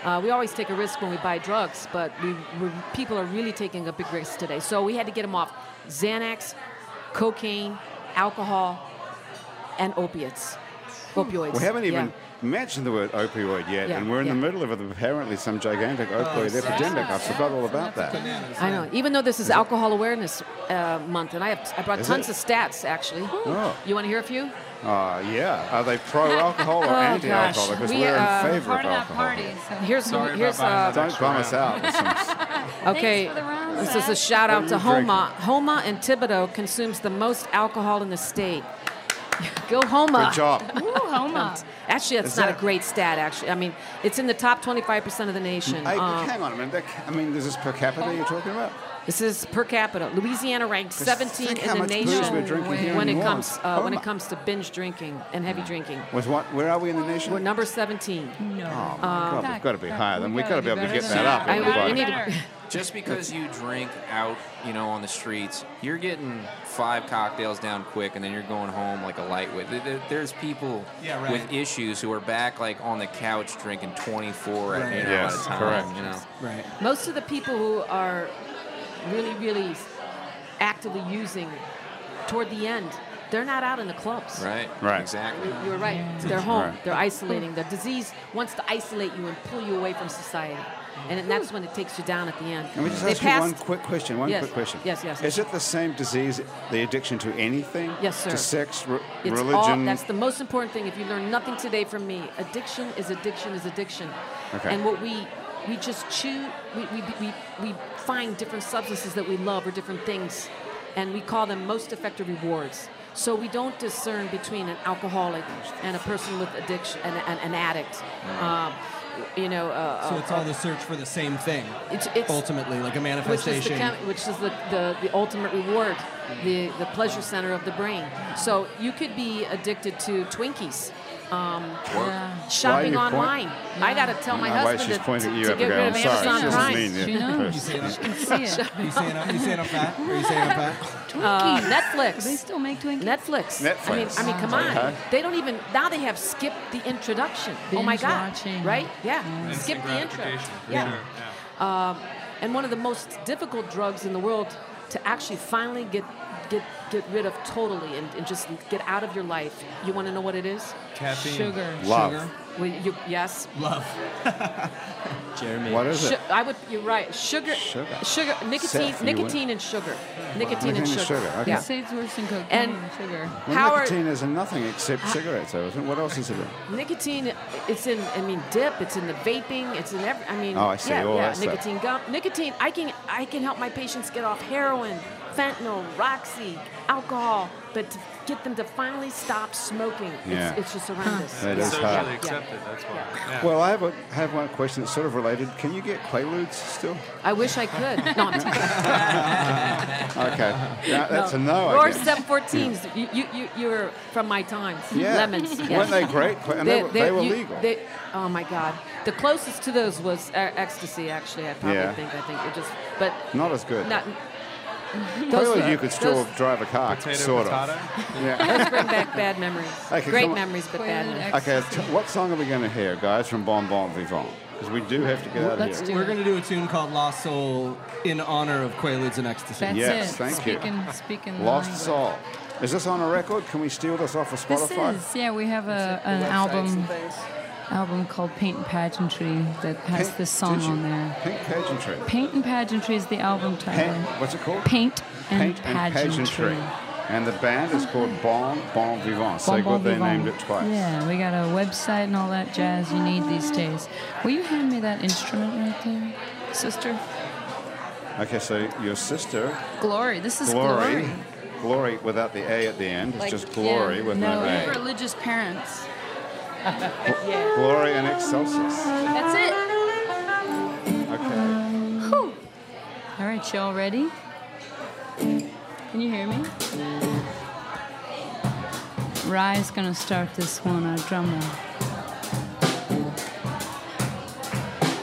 Uh, we always take a risk when we buy drugs, but we, we people are really taking a big risk today. So we had to get him off Xanax, cocaine, alcohol, and opiates, opioids.
Hmm. We haven't even
Yeah.
mentioned the word opioid yet,
Yeah,
and we're in the
yeah. Oh,
middle of apparently some gigantic opioid epidemic. I forgot all about that.
I know. Even though this is Alcohol Awareness uh, Month, and I have I brought
Is
tons
it?
of stats actually.
Oh.
You want to hear a few?
Uh, yeah. Are they pro-alcohol or
Oh, gosh.
anti-alcohol? Because
We,
we, are
uh,
in favor
Part
of
of that
alcohol.
party. So.
Here's
Sorry about
here's
buying
uh,
that.
Don't bum us out. with some-
Okay.
Thanks for the round,
this is
Seth.
a shout
What
out
are
to
you drinking?
Homa. Homa and Thibodeau consumes the most alcohol in the state. Go Homa.
Good job.
Ooh, Homa.
Actually, that's
Is
not
that-
a great stat. Actually, I mean, it's in the top 25% of the nation.
Hey,
Um,
hang on a minute. That, I mean, is this per capita you're talking about?
this is per capita. Louisiana ranks
Just
17
think
in
how
the
much booze
nation
we're drinking here in
when
New
it comes
Orleans.
uh, when
Homa.
it comes to binge drinking and heavy drinking.
With what? Where are we in the nation?
We're number Um, 17.
No.
Oh my God, we've got to be higher than we've got to be able to
better
get
than
that up.
I, we- we
everybody.
need to-
Just because you drink out, you know, on the streets, you're getting five cocktails down quick, and then you're going home like a lightweight. There- there- There's people
Yeah, right.
with issues who are back like on the couch drinking 24 at,
Right.
you know,
Yes,
at a time.
correct.
You know,
Right.
Most of the people who are really, really actively using toward the end, they're not out in the clubs.
right?
Right.
Exactly.
You- You're right. They're home.
Right.
They're isolating. The disease wants to isolate you and pull you away from society. And it- that's when it takes you down at the end.
Can we just
They
ask you one
passed-
quick question? One
Yes.
quick question.
Yes, yes.
Is it the same disease, the addiction to anything?
Yes, sir.
To sex, re-
It's
religion?
all, that's the most important thing. If you learn nothing today from me, addiction is addiction is addiction.
Okay.
And what we we just chew, we, we, we, we find different substances that we love or different things, and we call them most effective rewards. So we don't discern between an alcoholic and a person with addiction, an, an, an addict. Um, you know, uh,
So
uh,
it's all the search for the same thing.
It's- it's-
ultimately like
which
a
is, the,
manifestation.
chem- which is the, the, the ultimate reward, the, the pleasure center of the brain. So you could be addicted to Twinkies, um, shopping
you point-
online. I got to tell my
I don't know why
husband
she's
to,
pointing at
to-
you,
to get
Abigail.
rid of
I'm sorry.
Amazon
She doesn't mean
Prime.
it.
She knows.
you saying
She can see it.
you saying I'm, you saying I'm fat? Are you saying I'm fat?
Uh,
Twinkies. Do they
Netflix.
still make Twinkies?
Netflix. I mean,
Netflix.
I mean, come on.
Okay.
They don't even now. They have skipped the introduction. oh my
Binge
God!
watching.
Right? Yeah.
Instant
Skip the intro.
gratification, for
Yeah.
sure, yeah.
Um, And one of the most difficult drugs in the world to actually finally get get get rid of totally and, and just get out of your life. You want to know what it is?
Caffeine.
Sugar.
Love.
Sugar.
Well, you, yes.
Love.
Jeremy.
What is
Su-
it?
I would. You're right. Sugar.
Sugar.
nicotine.
Seth, you
nicotine and sugar. Nicotine
Nicotine
and
and
sugar.
sugar, okay.
They
Yeah.
say it's worse than cocaine
And-
and, sugar.
Well,
How are-
nicotine is in nothing
Ah.
except cigarettes, though, isn't it? What else is it in?
Nicotine. It's in. I mean, dip. It's in the vaping. It's in every. I mean.
Oh, I see,
Yeah.
all
yeah.
that stuff.
Nicotine gum. Nicotine. I can. I can help my patients get off heroin, fentanyl, Roxy, alcohol, but to get them to finally stop smoking.
Yeah.
It's, it's just horrendous.
That
Yeah.
is
Socially
hard.
accepted. That's why.
Yeah.
Yeah.
Well, I have, a, have one question that's sort of related. Can you get Quaaludes still?
I wish I could. No, I'm teasing.
Okay. Yeah, that's a no, I
Or
guess.
714s. You, you, you, you were from my times.
Yeah.
Lemons. Yes.
Weren't they great? Qua- And they, were, they were
you-
legal.
they- oh my God! The closest to those was uh, ecstasy. Actually, I probably
Yeah.
think I think it just, but
Not as good.
not. Those
Clearly,
were-
you could still
those-
drive a car,
Potato,
sort
potato.
of. Yeah.
those bring back bad memories.
Okay,
Great
come on.
memories, but bad
Quaalude,
memories.
Okay, t- what song are we going to hear, guys, from Bon Bon Vivant? Because we do have to get out of
Let's
here.
do
We're
it.
gonna do a tune called Lost Soul in honor of Quaaludes and Ecstasy.
That's
Yes,
it.
thank you.
speaking, Speaking the
Lost
language.
Soul. Is this on a record? Can we steal this off of
This
Spotify?
is, yeah, we have a, an
Websites
album
and things.
album called Paint and Pageantry that has
Pink-
this song
did you-
on there.
Pink Pageantry.
Paint and Pageantry is the album title.
Paint- what's it called?
Paint and
Paint
Pageantry.
And the band is called Bon Bon Vivant. so
Bon
good
Bon
they
Vivant.
named it twice.
Yeah, we got a website and all that jazz you need these days. Will you hand me that instrument right there, sister?
Okay, so your sister,
Glory. This is
Glory,
glory.
Glory without the A at the end, it's
Like,
just Glory
yeah,
with
no
no A.
religious parents.
Glory and Excelsis.
That's it.
Okay.
All right, y'all ready? Can you hear me? Rye's gonna start this one, our drummer.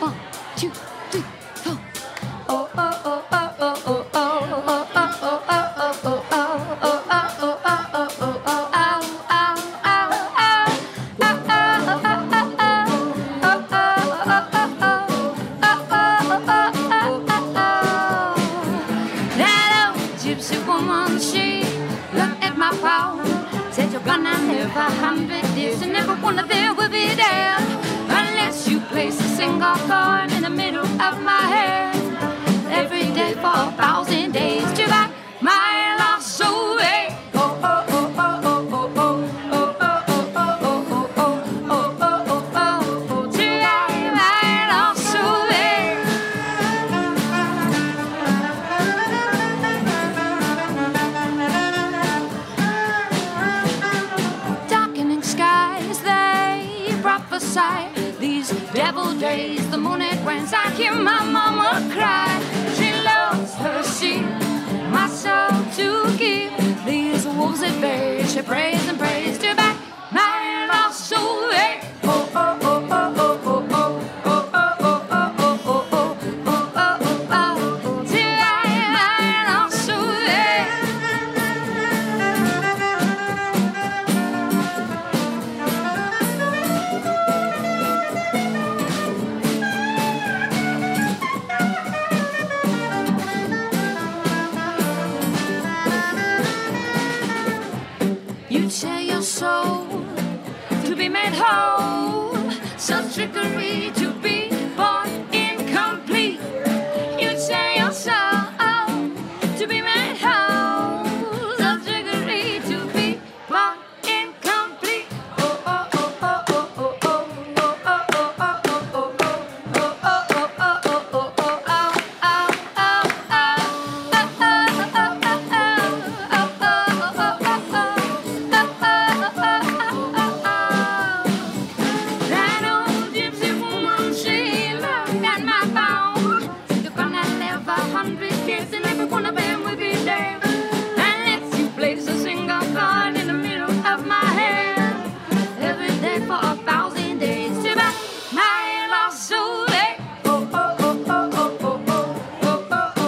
One, two, three, four. Oh, oh, oh, oh, oh, oh, oh, oh, oh, oh, oh, oh, oh, oh, oh, oh, oh, oh, oh, oh, ow, ow, ow, ow. Ow, ow, ow, ow, ow. Oh, oh, oh, oh, oh. Oh, oh, oh, oh, oh, oh. That old gypsy woman, she looked at my phone, said, "You're gonna live a hundred years and never wanna live will be there unless you place a single thorn in the middle of my head." every day for a thousand days to buy my lost soul. eh? Oh, oh, oh, oh, oh, oh, oh. Oh, oh, oh, oh, oh, oh, oh. Oh, oh, oh, oh, oh, to buy my lost soul, eh? darkening skies they prophesy these devil days the moon it rains i hear my mama cry she loves her sheep my soul to give these wolves at bay she prays and prays to back my lost soul eh? oh oh oh oh oh oh oh oh oh oh oh oh oh oh oh oh oh trickery to be born incomplete. You'd say your soul to be made whole. The trickery to be born incomplete. Oh, oh, oh, oh, oh, oh, oh, oh, oh, oh, oh, oh, oh, oh. That old gypsy woman, she looked at my phone. The ground I left a hundred years, and every one of them would be dead. Unless you place a single card in the middle of my head. Every day for a thousand days, to buy my lost soul. eh? Oh, oh, oh, oh, oh, oh, oh.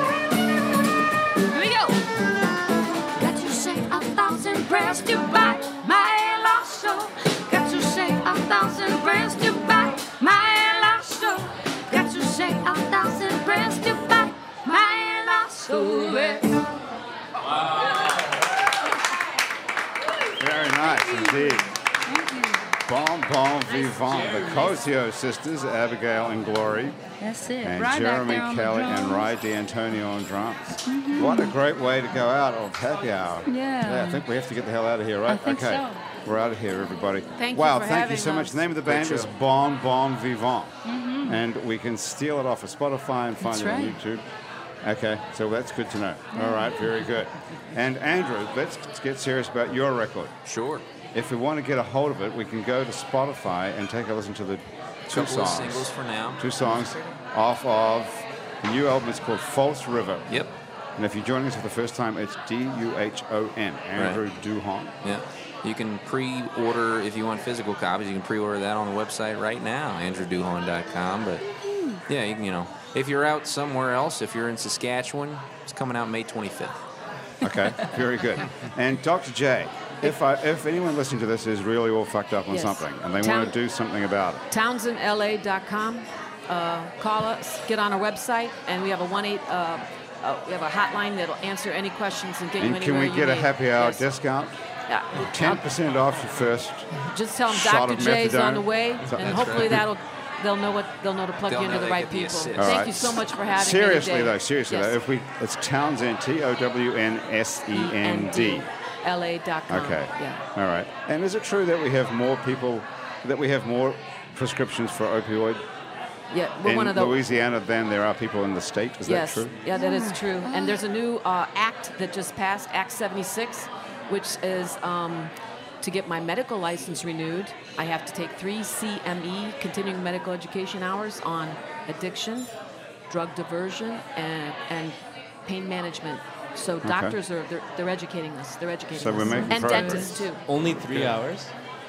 Here we go. Got to say a thousand prayers to buy my lost soul. Got to say a thousand prayers to buy my lost soul. Got to say a thousand prayers to buy my lost soul.
Very nice indeed. Bon Bon Vivant, the Cosio sisters, Abigail and Glory,
That's it.
and
right
Jeremy
back there
Kelly
on the
and
drums.
Ray D'Antonio on drums.
Mhm.
What a great way to go out of happy hour.
Yeah.
I think we have to get the hell out of here, right?
I think
okay.
so.
We're out of here, everybody.
Thank you
wow,
for
thank you
having
so much.
us.
The name of the
Great
band is
show.
Bon Bon Vivant.
Mhm.
Mm-hmm.
And we can steal it off of Spotify and find
That's
it on
right.
YouTube. Okay, so that's good to know. All right, very good. And Andrew, let's get serious about your record.
Sure.
If we want to get a hold of it, we can go to Spotify and take a listen to the two
Couple of
songs.
singles for now.
Two songs off of the new album. It's called False River.
Yep.
And if you're joining us for the first time, it's D U H O N. Andrew Duhon.
Yeah. You can pre-order if you want physical copies. You can pre-order that on the website right now, andrewduhon.com. But yeah, you can, you know, if you're out somewhere else, if you're in Saskatchewan, it's coming out May 25th.
Okay, very good. And Dr. J, if I, if anyone listening to this is really all fucked up on
Yes.
something and they
Town-
want to do something about it,
TownsendLA.com. Uh, call us, get on our website, and we have a one eight. Uh, uh, we have a hotline that'll answer any questions and get you
and can
anywhere
we
you
get a
need.
happy hour
Yes.
discount?
Yeah.
Ten percent off your first.
Just tell them
Shot
Dr.
of
J's on the
methadone.
way,
That's
and
right.
hopefully that'll they'll know what they'll know to plug
They'll
you into
know
the
they
right
could be
people. Thank
assist.
All right.
you so much for having me.
Seriously
today.
though, seriously
Yes.
though, if we it's Townsend T O W N S E N D.
LA.com.
Okay.
Yeah.
All right. And is it true that we have more people that we have more prescriptions for opioid
Yeah. We're
in
one of the
Louisiana than there are people in the state? Is
yes.
that true?
Yeah, that
Ah.
is true. And there's a new uh, act that just passed, Act 76, which is um, to get my medical license renewed, I have to take three CME, continuing medical education hours, on addiction, drug diversion, and, and pain management. So
Okay.
doctors are they're, they're educating us. They're educating
So
us.
we're making
and
progress.
dentists too.
Only three hours.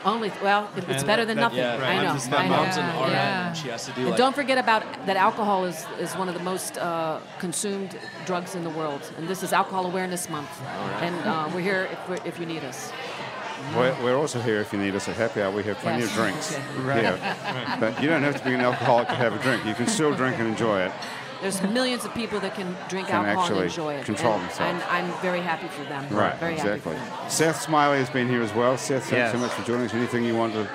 Only well, it- it's
And
better than
that-
nothing.
yeah, right.
I know.
Just my
I know.
mom's an RN, Yeah. she has to do
And
like-
don't forget about that. Alcohol is, is one of the most uh, consumed drugs in the world, and this is Alcohol Awareness Month.
right.
And uh, we're here if, we're, if you need us.
We're, we're also here if you need us at happy hour. We have plenty
Yes.
of drinks.
Okay. Right.
here.
Right.
But you don't have to be an alcoholic to have a drink. You can still drink and enjoy it.
There's millions of people that can drink
Can
alcohol and
actually
enjoy it.
control
and, And
themselves.
I'm very happy for them.
Right,
Very
exactly.
happy.
Seth Smiley has been here as well. Seth, thanks
Yes.
so much for joining us. Anything you want to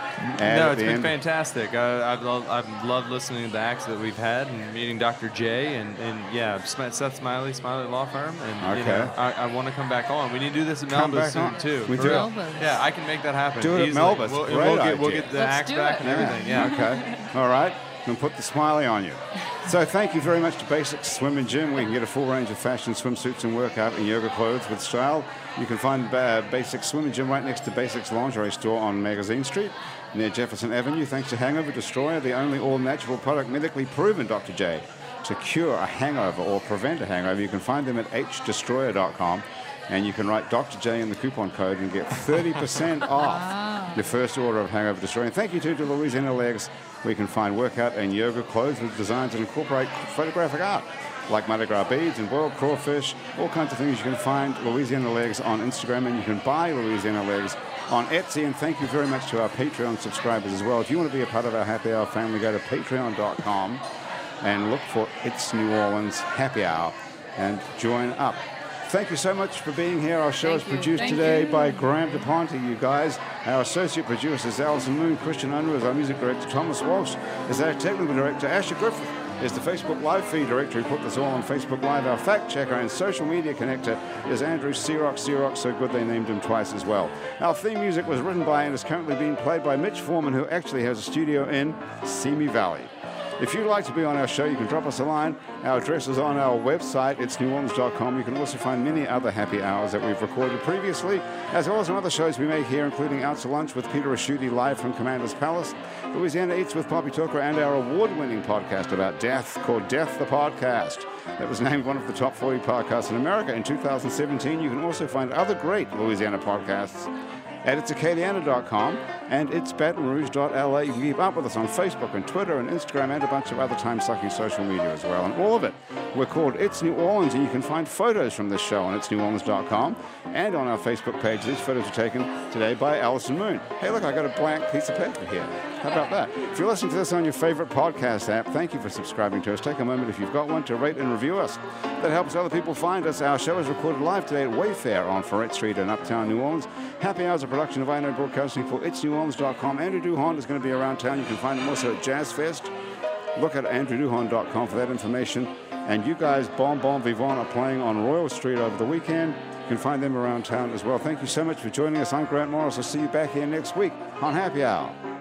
add
no,
at
it's
the
been
end?
fantastic. I, I've, loved, I've loved listening to the acts that we've had and meeting Dr. J and, and yeah, Sm- Seth Smiley, Smiley Law Firm. And you
Okay.
know, I, I want to come back on. We need to do this at
Come
Melba
back
soon
on.
too.
We
for
do.
real.
Melba's.
Yeah, I can make that happen.
Do it at
easily.
Melba's.
We'll,
Great
we'll get, we'll
idea.
get the
Let's
acts back and everything. Yeah.
okay. All right. And put the smiley on you. So thank you very much to Basics Swim and Gym. We can get a full range of fashion swimsuits and workout and yoga clothes with style. You can find uh, Basics Swim and Gym right next to Basics Lingerie Store on Magazine Street near Jefferson Avenue. Thanks to Hangover Destroyer, the only all-natural product medically proven, Dr. J, to cure a hangover or prevent a hangover. You can find them at hdestroyer.com and you can write Dr. J in the coupon code and get 30% off your first order of Hangover Destroyer. And thank you too to Louisiana Legs, where you can find workout and yoga clothes with designs that incorporate photographic art. like Mardi Gras beads and boiled crawfish, all kinds of things. You can find Louisiana Legs on Instagram and you can buy Louisiana Legs on Etsy. And thank you very much to our Patreon subscribers as well. If you want to be a part of our happy hour family, go to patreon.com and look for It's New Orleans Happy Hour and join up. Thank you so much for being here. Our show is
Thank you.
produced
Thank
today
you.
by Graham DePonte, you guys. Our associate producer is Alison Moon. Christian Unruh is our music director. Thomas Walsh is our technical director. Asher Griffith is the Facebook Live feed director who put this all on Facebook Live. Our fact checker and social media connector is Andrew Xerox. Xerox, so good they named him twice as well. Our theme music was written by and is currently being played by Mitch Foreman, who actually has a studio in Simi Valley. If you'd like to be on our show, you can drop us a line. Our address is on our website, it's neworleans.com. You can also find many other happy hours that we've recorded previously, as well as some other shows we make here, including Out to Lunch with Peter Ashuti live from Commander's Palace, Louisiana Eats with Poppy Tucker, and our award winning podcast about death called Death the Podcast. That was named one of the top 40 podcasts in America in 2017. You can also find other great Louisiana podcasts at itsacadiana.com and it's batonrouge.la. You can keep up with us on Facebook and Twitter and Instagram and a bunch of other time sucking social media as well. And all of it, we're called It's New Orleans, and you can find photos from this show on itsneworleans.com and on our Facebook page. These photos are taken today by Alison Moon. Hey, look, I got a blank piece of paper here. How about that? If you're listening to this on your favorite podcast app, thank you for subscribing to us. Take a moment, if you've got one, to rate and review us. That helps other people find us. Our show is recorded live today at Wayfair on Ferret Street in Uptown New Orleans. Happy Hours, a production of INO Broadcasting for itsneworleans.com. Andrew Duhon is going to be around town. You can find him also at Jazz Fest. Look at andrewduhon.com for that information. And you guys, Bon Bon Vivant, are playing on Royal Street over the weekend. You can find them around town as well. Thank you so much for joining us. I'm Grant Morris. I'll see you back here next week on Happy Hour.